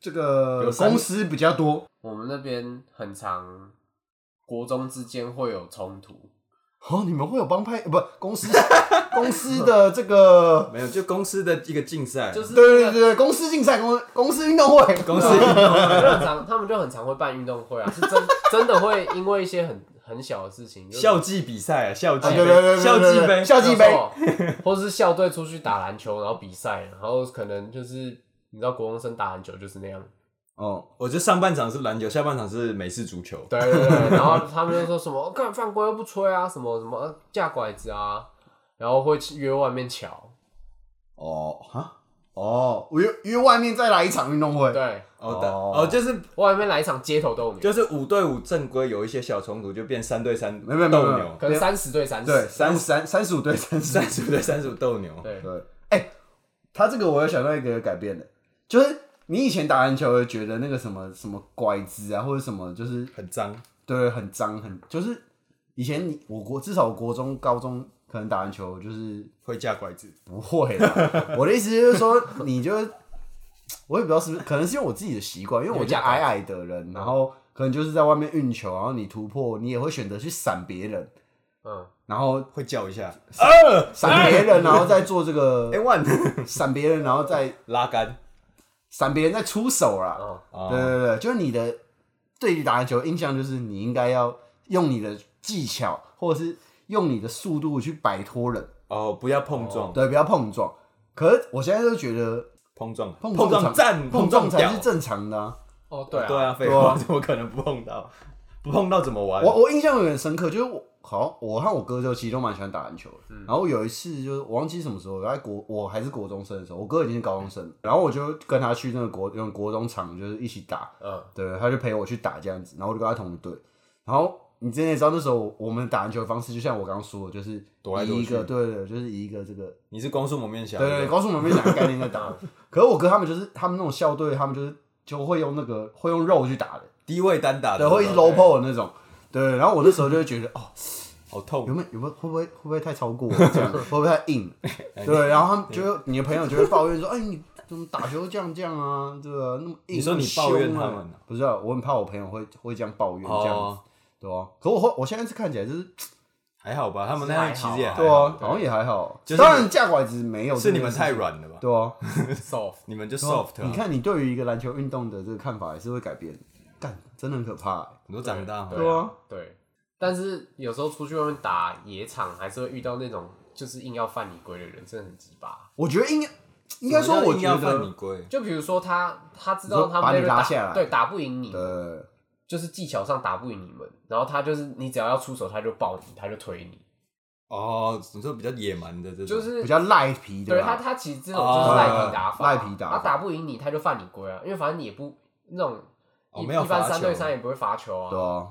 [SPEAKER 2] 这个
[SPEAKER 1] 有三
[SPEAKER 2] 公司比较多
[SPEAKER 3] 我们那边很常国中之间会有冲突，
[SPEAKER 2] 哦，你们会有帮派不 公司公司的这个
[SPEAKER 1] 没有，就公司的一个竞赛，啊
[SPEAKER 3] 就是
[SPEAKER 2] 对对对对公司竞赛公公司运动会
[SPEAKER 1] 公司
[SPEAKER 2] 啊
[SPEAKER 3] 就很常他们就很常会办运动会啊，是真真的会因为一些很很小的事情，就是
[SPEAKER 1] 校际比赛啊，校际
[SPEAKER 2] 啊对对对对
[SPEAKER 1] 杯，
[SPEAKER 2] 对
[SPEAKER 1] 校际杯，
[SPEAKER 2] 校际杯，
[SPEAKER 3] 或是校队出去打篮球，然后比赛，然后可能就是你知道国中生打篮球就是那样，
[SPEAKER 2] 哦，
[SPEAKER 1] 我觉得上半场是篮球，下半场是美式足球。
[SPEAKER 3] 对对对，然后他们就说什么， 看犯规又不吹啊，什么什么呃架拐子啊，然后会去约外面瞧，
[SPEAKER 2] 哦哈哦，约约外面再来一场运动会，
[SPEAKER 3] 对，
[SPEAKER 1] 哦，但
[SPEAKER 2] 哦
[SPEAKER 1] 哦，就是
[SPEAKER 3] 外面来一场街头斗牛，
[SPEAKER 1] 就是五对五正规有一些小冲突，就变三对三
[SPEAKER 2] 没有没有没有
[SPEAKER 1] 斗
[SPEAKER 2] 没
[SPEAKER 1] 牛
[SPEAKER 2] 有，
[SPEAKER 3] 可能三十对三十，
[SPEAKER 2] 对，三三三十五 对三十
[SPEAKER 1] 三十五对三十五斗牛。
[SPEAKER 3] 对，
[SPEAKER 2] 对，哎、他这个我有想到一个改变的，就是你以前打篮球会觉得那个什么什么拐子啊，或者什么就是
[SPEAKER 1] 很脏，
[SPEAKER 2] 对很脏很，就是以前你我国至少我国中高中可能打篮球就是
[SPEAKER 1] 会架拐子。
[SPEAKER 2] 不会 啦。我的意思就是说，你就我也不知道是不是，可能是因为我自己的习惯，因为我家矮矮的人，然后可能就是在外面运球，然后你突破，你也会选择去闪别人，
[SPEAKER 3] 嗯，
[SPEAKER 2] 然后
[SPEAKER 1] 会叫一下，
[SPEAKER 2] 闪别人，然后再做这个
[SPEAKER 1] 哎、one
[SPEAKER 2] 闪别人，然后再
[SPEAKER 1] 拉杆，
[SPEAKER 2] 闪别人再出手啦。
[SPEAKER 3] 哦，
[SPEAKER 1] 哦
[SPEAKER 2] 对对对，就是你的对于打篮球的印象就是你应该要用你的技巧，或者是用你的速度去摆脱人，
[SPEAKER 1] 哦，不要碰撞，
[SPEAKER 2] 对，不要碰撞。可是我现在就觉得
[SPEAKER 1] 碰撞，
[SPEAKER 2] 碰
[SPEAKER 1] 撞
[SPEAKER 2] 才
[SPEAKER 1] 赞，
[SPEAKER 2] 碰
[SPEAKER 1] 撞
[SPEAKER 2] 才
[SPEAKER 1] 屌
[SPEAKER 2] 是正常的、啊。
[SPEAKER 3] 哦，对啊，
[SPEAKER 1] 对啊，废
[SPEAKER 2] 对
[SPEAKER 1] 话，
[SPEAKER 2] 啊
[SPEAKER 1] 怎么可能不碰到？不碰到怎么玩？
[SPEAKER 2] 我我印象有点深刻，就是我好像我和我哥就其实都蛮喜欢打篮球的。然后有一次就是我忘记什么时候，在国我还是国中生的时候，我哥已经是高中生了，然后我就跟他去那个国用国中场就是一起打，
[SPEAKER 3] 嗯，
[SPEAKER 2] 对，他就陪我去打这样子，然后我就跟他同队。然后你之前也知道，那时候我们打篮球的方式，就像我刚刚说的，就是
[SPEAKER 1] 躲来躲
[SPEAKER 2] 以一
[SPEAKER 1] 去
[SPEAKER 2] 个对对，就是以一个这个
[SPEAKER 1] 你是光速蒙面侠，
[SPEAKER 2] 对对对，高速门面讲概念在打。可是我哥他们就是他们那种校队，他们就是就会用那个会用肉去打的，
[SPEAKER 1] 低位单打的
[SPEAKER 2] 对，
[SPEAKER 1] 那种，
[SPEAKER 2] 会一直 low p o 的那种。对，然后我那时候就会觉得，哦，
[SPEAKER 1] 好痛
[SPEAKER 2] 有。没有有没有会不会会不会太超过 我 这样，会不会太硬？
[SPEAKER 1] 哎
[SPEAKER 2] 对，然后他们就会你的朋友就会抱怨说， 哎，你怎么打球这样这样啊？对啊，那么硬，
[SPEAKER 1] 你说
[SPEAKER 2] 那么
[SPEAKER 1] 你抱怨
[SPEAKER 2] 凶啊
[SPEAKER 1] 他们啊
[SPEAKER 2] 不知道，我很怕我朋友会会这样抱怨这样子
[SPEAKER 1] 哦，，
[SPEAKER 2] 对啊。可我后我现在是看起来就是，
[SPEAKER 1] 还好吧？他们那样其实也还
[SPEAKER 2] 对
[SPEAKER 1] 好
[SPEAKER 2] 啊，好像也还好。
[SPEAKER 1] 就是
[SPEAKER 2] 当然架拐子没有，
[SPEAKER 1] 是你们太，软了吧？
[SPEAKER 2] 对啊。
[SPEAKER 3] soft，
[SPEAKER 1] 你们就
[SPEAKER 2] 对啊
[SPEAKER 1] soft 啊。
[SPEAKER 2] 你看，你对于一个篮球运动的这个看法也是会改变的，干，真的很可怕欸、
[SPEAKER 1] 你都长大了，
[SPEAKER 3] 对
[SPEAKER 2] 对啊，
[SPEAKER 3] 对。但是有时候出去外面打野场，还是会遇到那种就是硬要犯你规的人，真的很鸡巴。
[SPEAKER 2] 我觉得应该应该说，
[SPEAKER 1] 什么叫
[SPEAKER 2] 我
[SPEAKER 1] 硬要
[SPEAKER 2] 觉
[SPEAKER 1] 犯你
[SPEAKER 2] 得
[SPEAKER 1] 龟，
[SPEAKER 3] 就比如说他，他知
[SPEAKER 2] 你
[SPEAKER 3] 道
[SPEAKER 2] 说
[SPEAKER 3] 他
[SPEAKER 2] 把
[SPEAKER 3] 们
[SPEAKER 2] 你
[SPEAKER 3] 那边
[SPEAKER 2] 拉
[SPEAKER 3] 打
[SPEAKER 2] 下来
[SPEAKER 3] 对，打不赢你，
[SPEAKER 2] 呃，
[SPEAKER 3] 就是技巧上打不赢你们，然后他就是你只要要出手，他就抱你，他就推你，
[SPEAKER 1] 哦，你说比较野蛮的这种，
[SPEAKER 3] 就是
[SPEAKER 2] 比较赖皮的
[SPEAKER 3] 对他，
[SPEAKER 2] 啦，
[SPEAKER 3] 他其实这种就是赖皮打法，
[SPEAKER 2] 哦赖皮打法
[SPEAKER 3] 他打不赢你，他就犯你规啊，因为反正你也不那种
[SPEAKER 1] 哦
[SPEAKER 3] 一
[SPEAKER 1] 没有
[SPEAKER 3] 一般
[SPEAKER 1] 罚球
[SPEAKER 3] 三对三也不会罚球
[SPEAKER 2] 对
[SPEAKER 3] 啊，
[SPEAKER 2] 啊，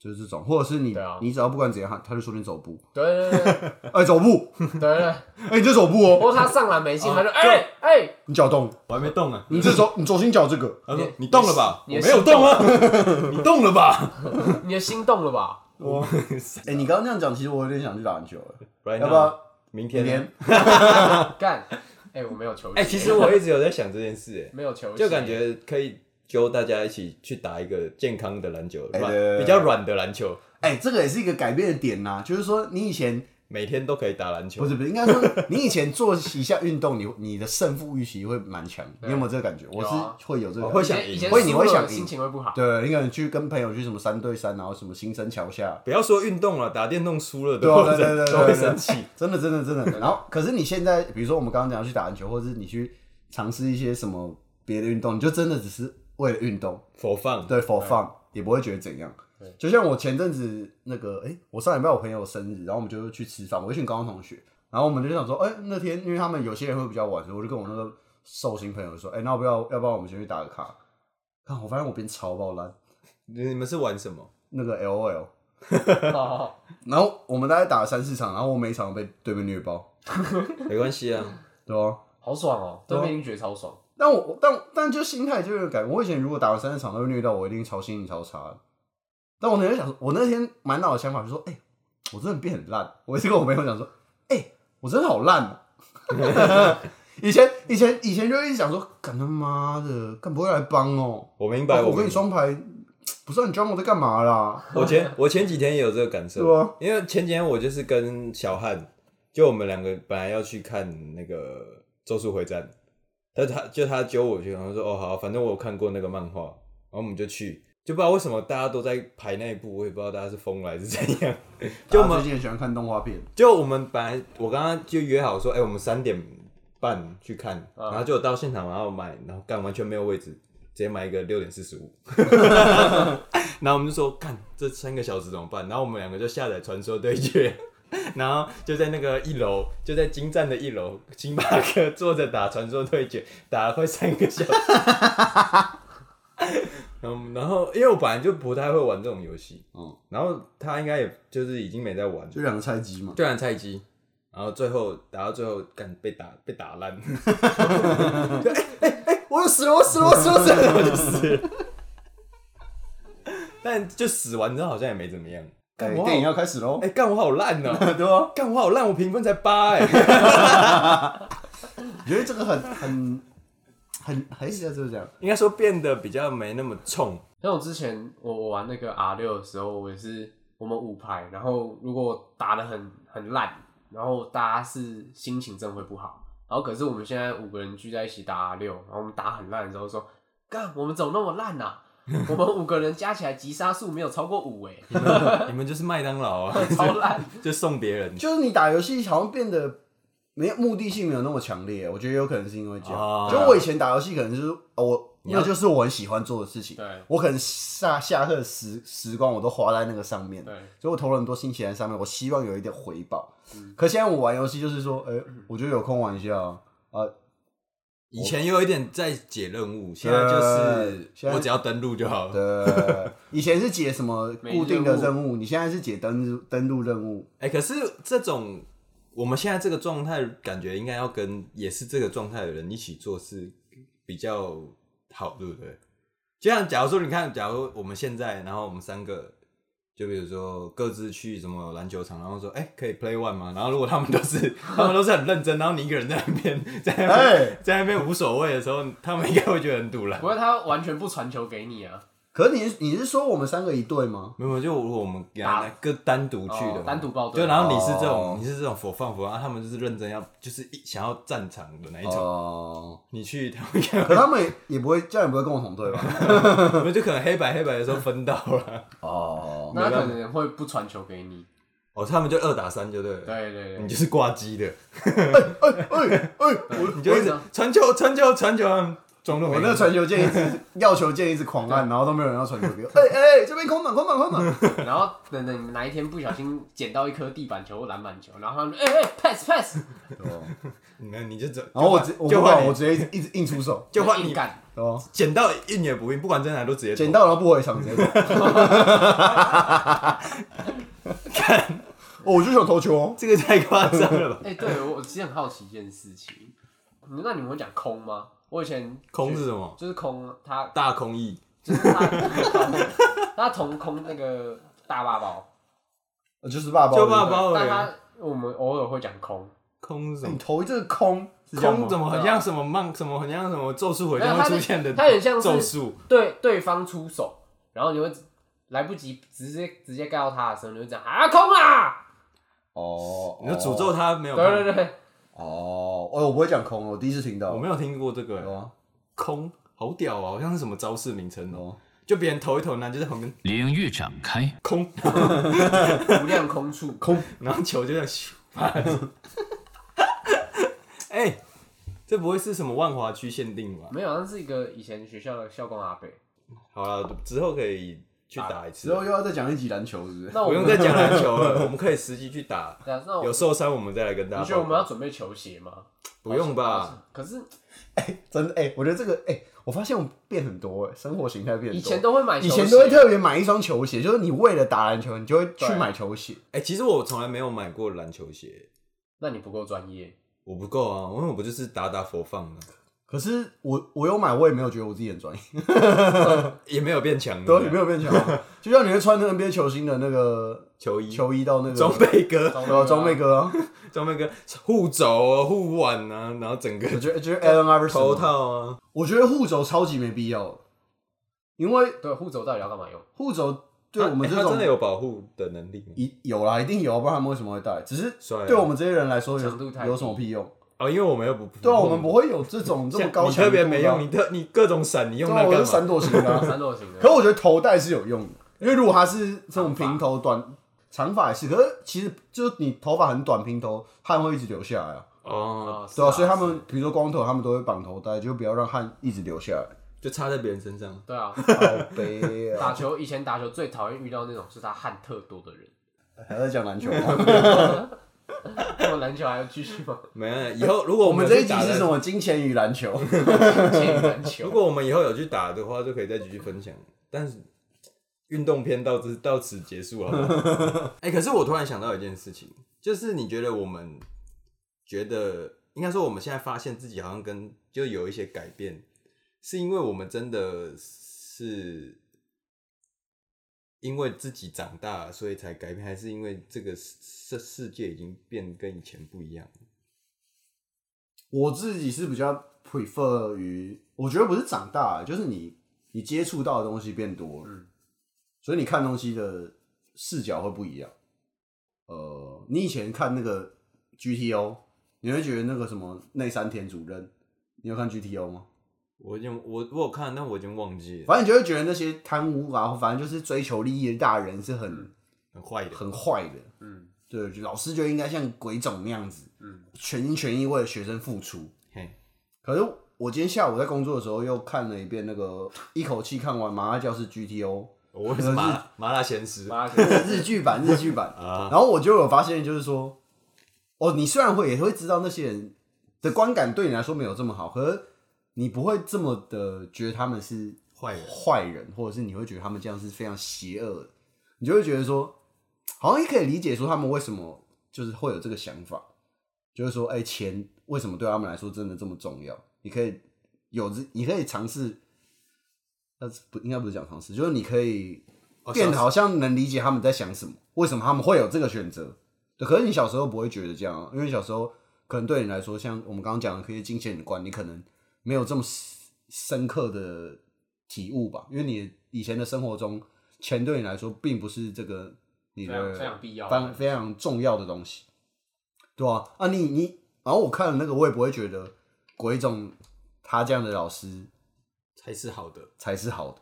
[SPEAKER 2] 就是这种，或者是你
[SPEAKER 3] 对啊
[SPEAKER 2] 你只要不管怎样，他就说你走步，
[SPEAKER 3] 对对对对
[SPEAKER 2] 哎，走步，
[SPEAKER 3] 对对，
[SPEAKER 2] 哎，你这走步
[SPEAKER 3] 不
[SPEAKER 2] 哦，
[SPEAKER 3] 过他上篮没进，
[SPEAKER 1] 哦
[SPEAKER 3] 他就
[SPEAKER 1] 就
[SPEAKER 3] 哎哎，
[SPEAKER 2] 你脚动，
[SPEAKER 1] 我还没动啊。
[SPEAKER 2] 你这手你左心脚这个，
[SPEAKER 1] 他说
[SPEAKER 3] 你
[SPEAKER 1] 你动了吧？我
[SPEAKER 3] 你的
[SPEAKER 1] 没有动啊， 你动了吧？
[SPEAKER 3] 你的心动了吧？
[SPEAKER 2] 哎，你刚刚那样讲，其实我有点想去打篮球了，
[SPEAKER 1] 不然
[SPEAKER 2] 要不要
[SPEAKER 1] 明
[SPEAKER 2] 明
[SPEAKER 1] 天呢
[SPEAKER 2] 天？
[SPEAKER 3] 干，哎，我没有球鞋，
[SPEAKER 1] 哎，其实我一直有在想这件事，
[SPEAKER 3] 没有球
[SPEAKER 1] 哎，
[SPEAKER 3] 鞋，
[SPEAKER 1] 就感觉可以揪大家一起去打一个健康的篮球，
[SPEAKER 2] 哎
[SPEAKER 1] 软
[SPEAKER 2] 对对对
[SPEAKER 1] 比较软的篮球，
[SPEAKER 2] 哎，这个也是一个改变的点呐，就是说你以前
[SPEAKER 1] 每天都可以打篮球
[SPEAKER 2] 不。是不是，应该说 你以前做一下运动，你你的胜负预期会蛮强，你有没有这个感觉？我
[SPEAKER 3] 有啊
[SPEAKER 2] 是会有这个
[SPEAKER 1] 我
[SPEAKER 2] 感
[SPEAKER 1] 会想赢
[SPEAKER 2] 觉。
[SPEAKER 3] 以前以前
[SPEAKER 2] 会你会
[SPEAKER 3] 输了
[SPEAKER 2] 想赢
[SPEAKER 3] 心情会不好，
[SPEAKER 2] 对，你可能去跟朋友去什么三对三，然后什么新生桥下，
[SPEAKER 1] 不要说运动了，打电动输了
[SPEAKER 2] 对
[SPEAKER 1] 都
[SPEAKER 2] 啊
[SPEAKER 1] 会
[SPEAKER 2] 对对对对
[SPEAKER 1] 都会
[SPEAKER 2] 对
[SPEAKER 1] 生气。
[SPEAKER 2] 真的真的真的。然后，可是你现在，比如说我们刚刚讲去打篮球，或者是你去尝试一些什么别的运动，你就真的只是为了运动，
[SPEAKER 1] 佛放，
[SPEAKER 2] 对，for fun，也不会觉得怎样。就像我前阵子那个，哎、我上礼拜我朋友生日，然后我们就去吃饭，我一群高中同学，然后我们就想说，哎、那天因为他们有些人会比较晚，所以我就跟我那个寿星朋友说，哎、那要不要，要不然我们先去打个卡？看，我发现我变超爆烂，
[SPEAKER 1] 你你们是玩什么？
[SPEAKER 2] 那个 L O L，
[SPEAKER 3] 哦
[SPEAKER 2] 然后我们大概打了三四场，然后我每一场被对面虐爆，
[SPEAKER 1] 没关系啊，
[SPEAKER 2] 对吧、
[SPEAKER 3] 好爽哦，
[SPEAKER 2] 啊
[SPEAKER 3] 对面已经觉得超爽，
[SPEAKER 2] 但我但但就心态就有改变。我以前如果打了三十场都会虐到我，一定超心情超差的。但我那天想说，我那天满脑的想法就说，哎、我真的变很烂。我也是跟我朋友讲说，哎、我真的好烂、啊。 以前以前以前就一直想说，干他妈的，干不会来帮哦、
[SPEAKER 1] 我明白。
[SPEAKER 2] 啊我跟你
[SPEAKER 1] 明白
[SPEAKER 2] 双排，不知道你装我在干嘛啦，
[SPEAKER 1] 我前我前几天也有这个感受，
[SPEAKER 2] 对啊
[SPEAKER 1] 因为前几天我就是跟小汉，就我们两个本来要去看那个《咒术回战》，但他就他揪我去，然后说哦好，反正我有看过那个漫画，然后我们就去，就不知道为什么大家都在排那一部，我也不知道大家是疯了还是怎样。就我
[SPEAKER 2] 大家
[SPEAKER 1] 们
[SPEAKER 2] 最近很喜欢看动画片，
[SPEAKER 1] 就我们本来我刚刚就约好说，哎、我们三点半去看，
[SPEAKER 3] 嗯
[SPEAKER 1] 然后就到现场，然后买，然后干完全没有位置，直接买一个六点四十五。然后我们就说，干这三个小时怎么办？然后我们两个就下载《传说对决》， 然后就在那个一楼，就在金站的一楼，星巴克坐着打《传说对决》，打了快三个小时。嗯，然后因为我本来就不太会玩这种游戏，
[SPEAKER 2] 嗯
[SPEAKER 1] 嗯，然后他应该也就是已经没在玩了，
[SPEAKER 2] 就两个菜鸡嘛。
[SPEAKER 1] 对岸菜鸡，然后最后打到最后，干被打被打 烂，哎
[SPEAKER 2] 我死了，我死了，我死了，我死了，我就死了。
[SPEAKER 1] 但就死完之后好像也没怎么样。干我好
[SPEAKER 2] 电影要开始喽
[SPEAKER 1] 哎，干我好烂呢、
[SPEAKER 2] 对哦吧？
[SPEAKER 1] 干我好烂，我评分才八哎。
[SPEAKER 2] 我觉得这个很很很还是要就是这样，
[SPEAKER 1] 应该说变得比较没那么冲，
[SPEAKER 3] 像我之前我我玩那个 R 六的时候，我也是我们五排，然后如果打的很很烂，然后大家是心情真的会不好。然后可是我们现在五个人聚在一起打 R 六，然后我们打很烂的时候说，干我们怎么那么烂啊？我们五个人加起来击杀数没有超过五哎、
[SPEAKER 1] 你 们你们就是麦当劳啊，
[SPEAKER 3] 超烂。
[SPEAKER 1] 就送别人。
[SPEAKER 2] 就是你打游戏好像变得没有目的性没有那么强烈，我觉得有可能是因为这样。
[SPEAKER 1] 啊
[SPEAKER 2] 就我以前打游戏可能就是哦，我
[SPEAKER 1] 要
[SPEAKER 2] 那就是我很喜欢做的事情，
[SPEAKER 3] 对
[SPEAKER 2] 我可能下下课时时光我都花在那个上面，
[SPEAKER 3] 对
[SPEAKER 2] 所以我投了很多心血在上面，我希望有一点回报。可现在我玩游戏就是说，哎、我觉得有空玩一下啊，啊，
[SPEAKER 1] 以前有一点在解任务，现在就是
[SPEAKER 2] 呃现在
[SPEAKER 1] 我只要登录就好了。
[SPEAKER 2] 对，呃以前是解什么固定的任务，你现在是解登入登录任务，
[SPEAKER 1] 哎、可是这种我们现在这个状态，感觉应该要跟也是这个状态的人一起做是比较好，对不对？就像假如说，你看，假如我们现在，然后我们三个，就比如说各自去什么篮球场，然后说，哎、可以 play one 吗？然后如果他们都是他们都是很认真，然后你一个人在那边在那边、
[SPEAKER 2] 哎
[SPEAKER 1] 在那边无所谓的时候，他们应该会觉得很堵了
[SPEAKER 3] 不。过他完全不传球给你啊，
[SPEAKER 2] 可是你是你是说我们三个一队吗？
[SPEAKER 1] 没有，就如果我们给他
[SPEAKER 3] 打
[SPEAKER 1] 各单独去的嘛、
[SPEAKER 3] 哦单独报队
[SPEAKER 1] 对，然后你是这种，
[SPEAKER 2] 哦
[SPEAKER 1] 你是这种佛放佛啊放，他们就是认真要，就是一想要战场的那一种。
[SPEAKER 2] 哦、
[SPEAKER 1] 你去他们看，
[SPEAKER 2] 可他们也也不会，这样也不会跟我同队吧？
[SPEAKER 1] 我们就可能黑白黑白的时候分到了。
[SPEAKER 2] 哦，
[SPEAKER 3] 那他可能会不传球给你。
[SPEAKER 1] 哦，他们就二打三就对了。
[SPEAKER 3] 对对
[SPEAKER 1] 你
[SPEAKER 3] 对，
[SPEAKER 1] 就是挂机的，
[SPEAKER 2] 哎哎哎，我
[SPEAKER 1] 你就一
[SPEAKER 3] 我也
[SPEAKER 1] 直
[SPEAKER 3] 这样
[SPEAKER 1] 传球传球传球，中路
[SPEAKER 2] 我
[SPEAKER 1] 没
[SPEAKER 2] 那个传球键一直要球键一直狂按，然后都没有人要传球给我。哎哎，这边空满空满空满，
[SPEAKER 3] 然后等等你们哪一天不小心捡到一颗地板球、篮板球，然后他们哎哎 pass pass，
[SPEAKER 1] 那你就走。
[SPEAKER 2] 然后我直我
[SPEAKER 1] 哦就
[SPEAKER 2] 不
[SPEAKER 1] 换
[SPEAKER 2] 管，
[SPEAKER 1] 你
[SPEAKER 2] 我直接一直硬出手，
[SPEAKER 1] 就换
[SPEAKER 3] 硬
[SPEAKER 1] 你
[SPEAKER 3] 干，
[SPEAKER 2] 哦，
[SPEAKER 1] 捡到硬也不硬，不管在哪都直接
[SPEAKER 2] 捡
[SPEAKER 1] 投
[SPEAKER 2] 到然后不回场直 接走。哦，我就想投球哦。
[SPEAKER 1] 这个太夸张了吧？
[SPEAKER 3] 哎、对我我其实很好奇一件事情，那你们会讲空吗？我以前
[SPEAKER 1] 空是
[SPEAKER 3] 学
[SPEAKER 1] 什 么？
[SPEAKER 3] 就是空，啊他
[SPEAKER 1] 大空翼
[SPEAKER 3] 就是他他同空那个大爸包，
[SPEAKER 2] 呃就是爸爸，
[SPEAKER 1] 就爸爸而
[SPEAKER 3] 但
[SPEAKER 1] 已啊。
[SPEAKER 3] 他我们偶尔会讲空，
[SPEAKER 1] 空是什
[SPEAKER 2] 你
[SPEAKER 1] 么？
[SPEAKER 2] 投一阵空，是这样吗
[SPEAKER 1] 空怎么很像什么漫？什么很像什么咒术回
[SPEAKER 3] 没有
[SPEAKER 1] 战
[SPEAKER 3] 它
[SPEAKER 1] 会出
[SPEAKER 3] 是
[SPEAKER 1] 现的？
[SPEAKER 3] 它很像是
[SPEAKER 1] 咒术。
[SPEAKER 3] 对对方出手，然后你会来不及直接直接盖到他的时候，你会讲啊空啦，
[SPEAKER 2] 哦，
[SPEAKER 1] 你就诅咒他没有？
[SPEAKER 3] 对对对，
[SPEAKER 2] 哦，哦，我不会讲空，我第一次听到。
[SPEAKER 1] 我没有听过这个、
[SPEAKER 2] 有啊，
[SPEAKER 1] 空好屌啊，好像是什么招式名称哦、
[SPEAKER 2] 有啊
[SPEAKER 1] 就别人投一投，然后就在旁边
[SPEAKER 4] 领域展开。
[SPEAKER 1] 空，
[SPEAKER 3] 无量空处
[SPEAKER 2] 空
[SPEAKER 1] 然后球就这样咻。啪 哎、这不会是什么万华区限定吧？
[SPEAKER 3] 没有，那是一个以前学校的校工阿伯。
[SPEAKER 1] 好了，之后可以去打一次
[SPEAKER 2] 之，后又要再讲一集篮球，是不是？
[SPEAKER 3] 那我
[SPEAKER 1] 不用
[SPEAKER 3] 们
[SPEAKER 1] 再讲篮球了，我们可以实际去打。
[SPEAKER 3] 对啊那我
[SPEAKER 1] 有受伤我们再来跟大
[SPEAKER 3] 你
[SPEAKER 1] 家
[SPEAKER 3] 觉得
[SPEAKER 1] 报
[SPEAKER 3] 我们要
[SPEAKER 1] 告。
[SPEAKER 3] 准备球鞋吗？
[SPEAKER 1] 不用吧？
[SPEAKER 3] 可是
[SPEAKER 2] 真的，哎，我觉得这个，哎，我发现我变很多，哎，生活形态变很多。
[SPEAKER 3] 以前都会买球
[SPEAKER 2] 以
[SPEAKER 3] 鞋，
[SPEAKER 2] 前都会特别买一双球鞋，就是你为了打篮球，你就会去
[SPEAKER 3] 对啊
[SPEAKER 2] 买球鞋。
[SPEAKER 1] 哎、其实我从来没有买过篮球鞋，
[SPEAKER 3] 那你不够专业。
[SPEAKER 1] 我不够啊，因为我不就是打打佛放啊的，
[SPEAKER 2] 可是我我有买，我也没有觉得我自己很专业，
[SPEAKER 1] 也没有变强。
[SPEAKER 2] 对，也没
[SPEAKER 1] 有
[SPEAKER 2] 有变强啊。就像你会穿那 NBA 球星的那个
[SPEAKER 1] 球衣？
[SPEAKER 2] 球衣到那个
[SPEAKER 1] 装备哥，
[SPEAKER 2] 对啊装备哥啊，
[SPEAKER 1] 装备哥护肘啊、护腕啊，然后整 个
[SPEAKER 2] 我觉得 就是 Allen Iverson
[SPEAKER 1] 头
[SPEAKER 2] 嘛
[SPEAKER 1] 套啊，
[SPEAKER 2] 我觉得护肘超级没必要的，因为
[SPEAKER 3] 对护肘到底要干嘛用？
[SPEAKER 2] 护肘对
[SPEAKER 1] 他
[SPEAKER 2] 我们
[SPEAKER 1] 欸
[SPEAKER 2] 这
[SPEAKER 1] 他
[SPEAKER 2] 种
[SPEAKER 1] 真的有保护的能力吗？
[SPEAKER 2] 一有啦，一定有啊，不然他们为什么会戴？只是
[SPEAKER 1] 帅啊
[SPEAKER 2] 对我们这些人来说有
[SPEAKER 3] 强度太低
[SPEAKER 2] 有什么屁用？
[SPEAKER 1] 哦，因为我们又不
[SPEAKER 2] 对啊，我们不会有这种这么
[SPEAKER 1] 像
[SPEAKER 2] 高
[SPEAKER 1] 你
[SPEAKER 2] 强
[SPEAKER 1] 特
[SPEAKER 2] 度
[SPEAKER 1] 别
[SPEAKER 2] 的啊
[SPEAKER 1] 没用，你特你各种闪，你用
[SPEAKER 2] 对
[SPEAKER 1] 那
[SPEAKER 2] 啊，我
[SPEAKER 1] 干
[SPEAKER 2] 是
[SPEAKER 1] 嘛
[SPEAKER 2] 闪？躲型的 啊。
[SPEAKER 3] 三头型的。
[SPEAKER 2] 可我觉得头戴是有用的，因为如果他是这种平头短长发也是，可是其实就是你头发很短平头，汗会一直流下来啊。
[SPEAKER 1] 哦，
[SPEAKER 3] 啊，是
[SPEAKER 2] 对啊，
[SPEAKER 3] 啊，
[SPEAKER 2] 所以他
[SPEAKER 3] 是
[SPEAKER 2] 们比如说光头，他们都会绑头带，就不要让汗一直流下来。
[SPEAKER 1] 就插在别人身上。
[SPEAKER 3] 对啊，
[SPEAKER 2] 好悲 啊！
[SPEAKER 3] 打球以前打球最讨厌遇到那种是他汗特多的人。
[SPEAKER 2] 还在讲篮球吗，
[SPEAKER 3] 那么篮球还要继续吗？
[SPEAKER 1] 没有，以后如果
[SPEAKER 2] 我们这一
[SPEAKER 1] 去
[SPEAKER 2] 集
[SPEAKER 1] 打
[SPEAKER 2] 是
[SPEAKER 1] 的
[SPEAKER 2] 什？么？金钱与篮球。
[SPEAKER 3] 进篮
[SPEAKER 1] 如
[SPEAKER 3] 球，
[SPEAKER 1] 果我们以后有去打的话，就可以再继续分享。但是运动片到这到此结束好了。 哎、可是我突然想到一件事情，就是你觉得我们觉得应该说我们现在发现自己好像跟就有一些改变，是因为我们真的是因为自己长大了所以才改变，还是因为这个世世世界已经变跟以前不一样了？
[SPEAKER 2] 我自己是比较 prefer 于，我觉得不是长大，就是你你接触到的东西变多了，所以你看东西的视角会不一样。呃，你以前看那个 GTO，你会觉得那个什么内山田主任，你有看 GTO 吗？
[SPEAKER 1] 我已经我我有看，但我已经忘记了，
[SPEAKER 2] 反正你就会觉得那些贪污啊，反正就是追求利益的大人是很
[SPEAKER 1] 很坏的。
[SPEAKER 2] 很坏的，
[SPEAKER 3] 嗯，
[SPEAKER 2] 对，老师就应该像鬼冢那样子，
[SPEAKER 3] 嗯，
[SPEAKER 2] 全心全意为了学生付出。
[SPEAKER 1] 嘿，
[SPEAKER 2] 可是我今天下午在工作的时候又看了一遍那个，一口气看完《麻辣教师 GTO
[SPEAKER 1] 我也是麻麻辣鲜师，
[SPEAKER 3] 妈的，》
[SPEAKER 2] 日剧版，日剧版。
[SPEAKER 1] 啊
[SPEAKER 2] 然后我就有发现，就是说，哦，你虽然会也会知道那些人的观感对你来说没有这么好，可是你不会这么的觉得他们是
[SPEAKER 1] 坏人
[SPEAKER 2] 坏人，或者是你会觉得他们这样是非常邪恶的，你就会觉得说，好像也可以理解说他们为什么就是会有这个想法，就是说，哎、钱为什么对他们来说真的这么重要？你可以有这，你可以尝试，那是不应该不是讲尝试，就是你可以
[SPEAKER 1] 哦
[SPEAKER 2] 变得好像能理解他们在想什么，为什么他们会有这个选择。对，可是你小时候不会觉得这样、啊，因为小时候可能对你来说，像我们刚刚讲的，可以金钱观，你可能没有这么深刻的体悟吧，因为你以前的生活中，钱对你来说并不是这个你的
[SPEAKER 3] 非常非常必要
[SPEAKER 2] 非常非常重要的东西，对啊，啊你你，然后我看了那个，我也不会觉得鬼总他这样的老师
[SPEAKER 1] 才是好的，
[SPEAKER 2] 才是好的，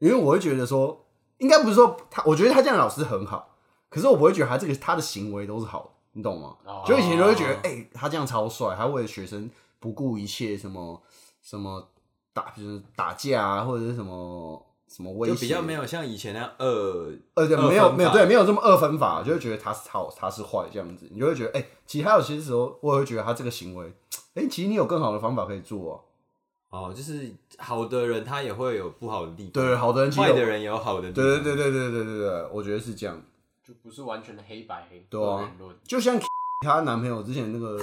[SPEAKER 2] 因为我会觉得说，应该不是说他，我觉得他这样的老师很好，可是我不会觉得他这个他的行为都是好的，你懂吗
[SPEAKER 3] 哦？
[SPEAKER 2] 就以前都会觉得，哎、他这样超帅，他为了学生不顾一切什么什么打，就是打架啊，或者是什么什么威胁，
[SPEAKER 1] 就比较没有像以前那样恶，
[SPEAKER 2] 呃，对，
[SPEAKER 1] 二分
[SPEAKER 2] 没有没有
[SPEAKER 1] 法
[SPEAKER 2] 对，没有这么二分法，就会觉得他是好，他是坏这样子，你就会觉得，哎、其实还有些时候，我也会觉得他这个行为，哎、其实你有更好的方法可以做、啊。
[SPEAKER 1] 哦，就是好的人他也会有不好的地方，
[SPEAKER 2] 对，好的人其实
[SPEAKER 1] 坏
[SPEAKER 2] 有
[SPEAKER 1] 的，人也有好的地
[SPEAKER 2] 对对
[SPEAKER 1] 方，
[SPEAKER 2] 对对对对对对，我觉得是这样。
[SPEAKER 3] 就不是完全的黑白黑
[SPEAKER 2] 对啊
[SPEAKER 3] 二元论。
[SPEAKER 2] 就像 她男朋友之前那 个，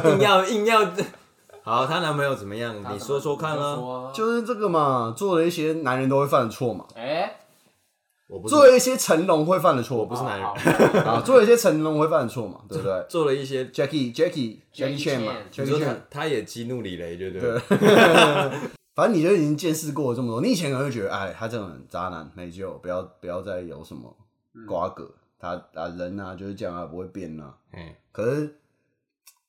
[SPEAKER 1] 对，硬要硬要， 好，她男朋友怎么样？你说说看
[SPEAKER 3] 啊
[SPEAKER 1] 啊，，
[SPEAKER 3] 就
[SPEAKER 2] 就是这个嘛，做了一些男人都会犯的错嘛，
[SPEAKER 3] 哎，
[SPEAKER 1] 我不是哦
[SPEAKER 2] 做了一些成龙会犯的错，
[SPEAKER 1] 不是男人
[SPEAKER 3] 好
[SPEAKER 2] 啊，做了一些成龙会犯 的错嘛，对不对
[SPEAKER 1] 做了一些，
[SPEAKER 2] ？Jackie Jackie
[SPEAKER 3] Jackie
[SPEAKER 2] Jackie Chan 嘛
[SPEAKER 3] Chan
[SPEAKER 1] 你
[SPEAKER 2] ，Jackie
[SPEAKER 1] 说
[SPEAKER 2] Chan，
[SPEAKER 1] 他他也激怒李雷，对不对？
[SPEAKER 2] 反正你就已经见识过了这么多，你以前可能会觉得，哎，他这种人渣男没救，不要不要再有什么瓜葛，
[SPEAKER 1] 嗯
[SPEAKER 2] 他啊人啊就是这样啊，不会变啊。
[SPEAKER 1] 嘿
[SPEAKER 2] 可是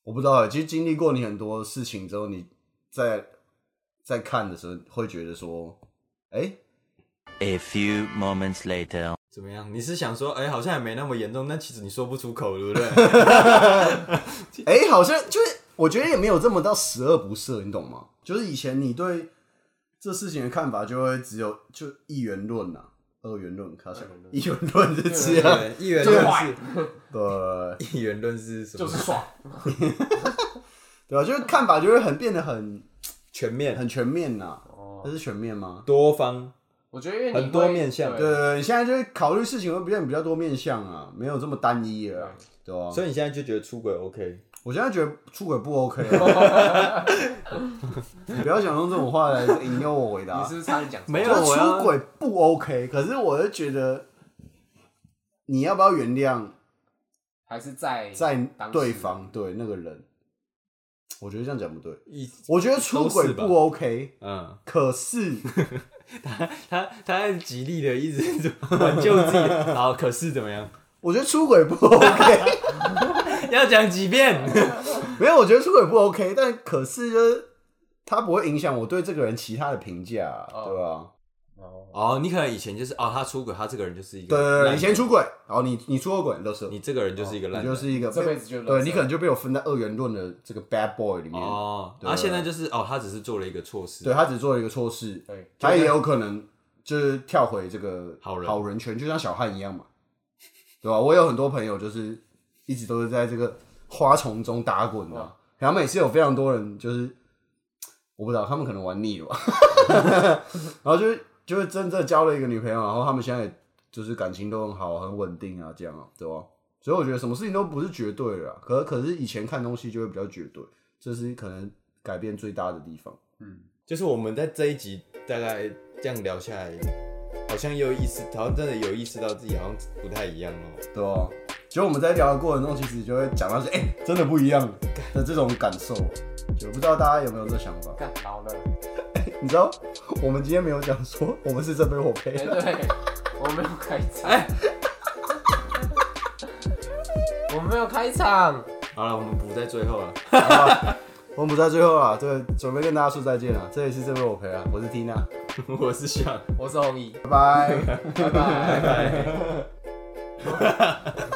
[SPEAKER 2] 我不知道欸，其实经历过你很多事情之后，你在在看的时候会觉得说，哎、
[SPEAKER 4] A few moments later.
[SPEAKER 1] 怎么样？你是想说，哎、好像也没那么严重，但其实你说不出口，对不对？
[SPEAKER 2] 哎、好像就是我觉得也没有这么到十恶不赦，你懂吗？就是以前你对这事情的看法就会只有就一元论呐、二元论，他想
[SPEAKER 3] 二元论
[SPEAKER 2] 一元论是这样，
[SPEAKER 1] 对，一元
[SPEAKER 3] 就是
[SPEAKER 1] 论
[SPEAKER 3] 坏
[SPEAKER 2] 对
[SPEAKER 1] 是一元论是什么？
[SPEAKER 3] 就是爽，
[SPEAKER 2] 对啊，就是看法就会很变得很
[SPEAKER 1] 全面，
[SPEAKER 2] 很全面呐、
[SPEAKER 3] 哦
[SPEAKER 2] 这是全面吗？
[SPEAKER 1] 多方，
[SPEAKER 3] 我觉得因为你
[SPEAKER 1] 很多
[SPEAKER 3] 会
[SPEAKER 1] 面向
[SPEAKER 2] 对
[SPEAKER 3] 对
[SPEAKER 2] 对对，你现在就是考虑事情会变得比较多面向啊，没有这么单一了啊，对吧、
[SPEAKER 1] 所以你现在就觉得出轨 OK？
[SPEAKER 2] 我现在觉得出轨不 OK，啊你不要想用这种话来引诱我回答。
[SPEAKER 3] 你是不是差点讲错
[SPEAKER 1] 没有
[SPEAKER 2] 就是
[SPEAKER 1] 我要
[SPEAKER 2] 出轨不 OK，可是我就觉得你要不要原谅
[SPEAKER 3] 还是在
[SPEAKER 2] 在
[SPEAKER 3] 当时
[SPEAKER 2] 对方对那个人？我觉得这样讲不对。
[SPEAKER 1] 一，
[SPEAKER 2] 我觉得出轨
[SPEAKER 1] 都是
[SPEAKER 2] 不
[SPEAKER 1] 吧
[SPEAKER 2] OK，
[SPEAKER 1] 嗯，
[SPEAKER 2] 可是
[SPEAKER 1] 他他很极力的一直 挽救自己，好，可是怎么样？
[SPEAKER 2] 我觉得出轨不 OK，
[SPEAKER 1] 要讲几遍？
[SPEAKER 2] 没有，我觉得出轨不 OK，但可是就是它不会影响我对这个人其他的评价啊，
[SPEAKER 3] 哦
[SPEAKER 2] 对吧？
[SPEAKER 3] 哦，
[SPEAKER 1] 哦，你可能以前就是哦，他出轨，他这个人就是一个
[SPEAKER 2] 对对
[SPEAKER 1] 烂
[SPEAKER 2] 对，
[SPEAKER 1] 人
[SPEAKER 2] 你先出轨，然后你你出过轨，乐色，
[SPEAKER 1] 你这个人就是一个
[SPEAKER 2] 你
[SPEAKER 1] 烂人，
[SPEAKER 2] 就是一个
[SPEAKER 3] 这辈子就垃圾
[SPEAKER 2] 对你可能就被我分在二元论的这个 bad boy 里面。
[SPEAKER 1] 哦，
[SPEAKER 2] 对
[SPEAKER 1] 然后现在就是哦，他只是做了一个错事，
[SPEAKER 2] 对他只做了一个错事，
[SPEAKER 3] 对，
[SPEAKER 2] 他也有可能就是跳回这个
[SPEAKER 1] 好人
[SPEAKER 2] 好人圈，就像小汉一样嘛，对吧、我有很多朋友就是一直都是在这个花丛中打滚
[SPEAKER 1] 嗯
[SPEAKER 2] 的、啊，然后每次有非常多人就是我不知道他们可能玩腻了 吧，然后就是就是真正交了一个女朋友，然后他们现在也就是感情都很好，很稳定啊，这样啊，对吧、所以我觉得什么事情都不是绝对的啊，可可是以前看东西就会比较绝对，这是可能改变最大的地方。
[SPEAKER 3] 嗯，
[SPEAKER 1] 就是我们在这一集大概这样聊下来，好像有意识，好像真的有意识到自己好像不太一样哦。
[SPEAKER 2] 对哦，其实我们在聊的过程中，其实就会讲到是，哎、真的不一样的这种感受，就不知道大家有没有这想法？
[SPEAKER 3] 干老了，
[SPEAKER 2] 你知道，我们今天没有讲说我们啊是真被火
[SPEAKER 3] 哎
[SPEAKER 2] 配，
[SPEAKER 3] 对，我没有开场，
[SPEAKER 1] 哎
[SPEAKER 3] 我没有开场，
[SPEAKER 1] 好了，我们不在最后了，
[SPEAKER 2] 我们不在最后啊，对，准备跟大家说再见了。这里是真被火配啊，我是 Tina，
[SPEAKER 1] 我是想。
[SPEAKER 3] 我是红衣，
[SPEAKER 2] 拜拜。
[SPEAKER 3] 拜拜。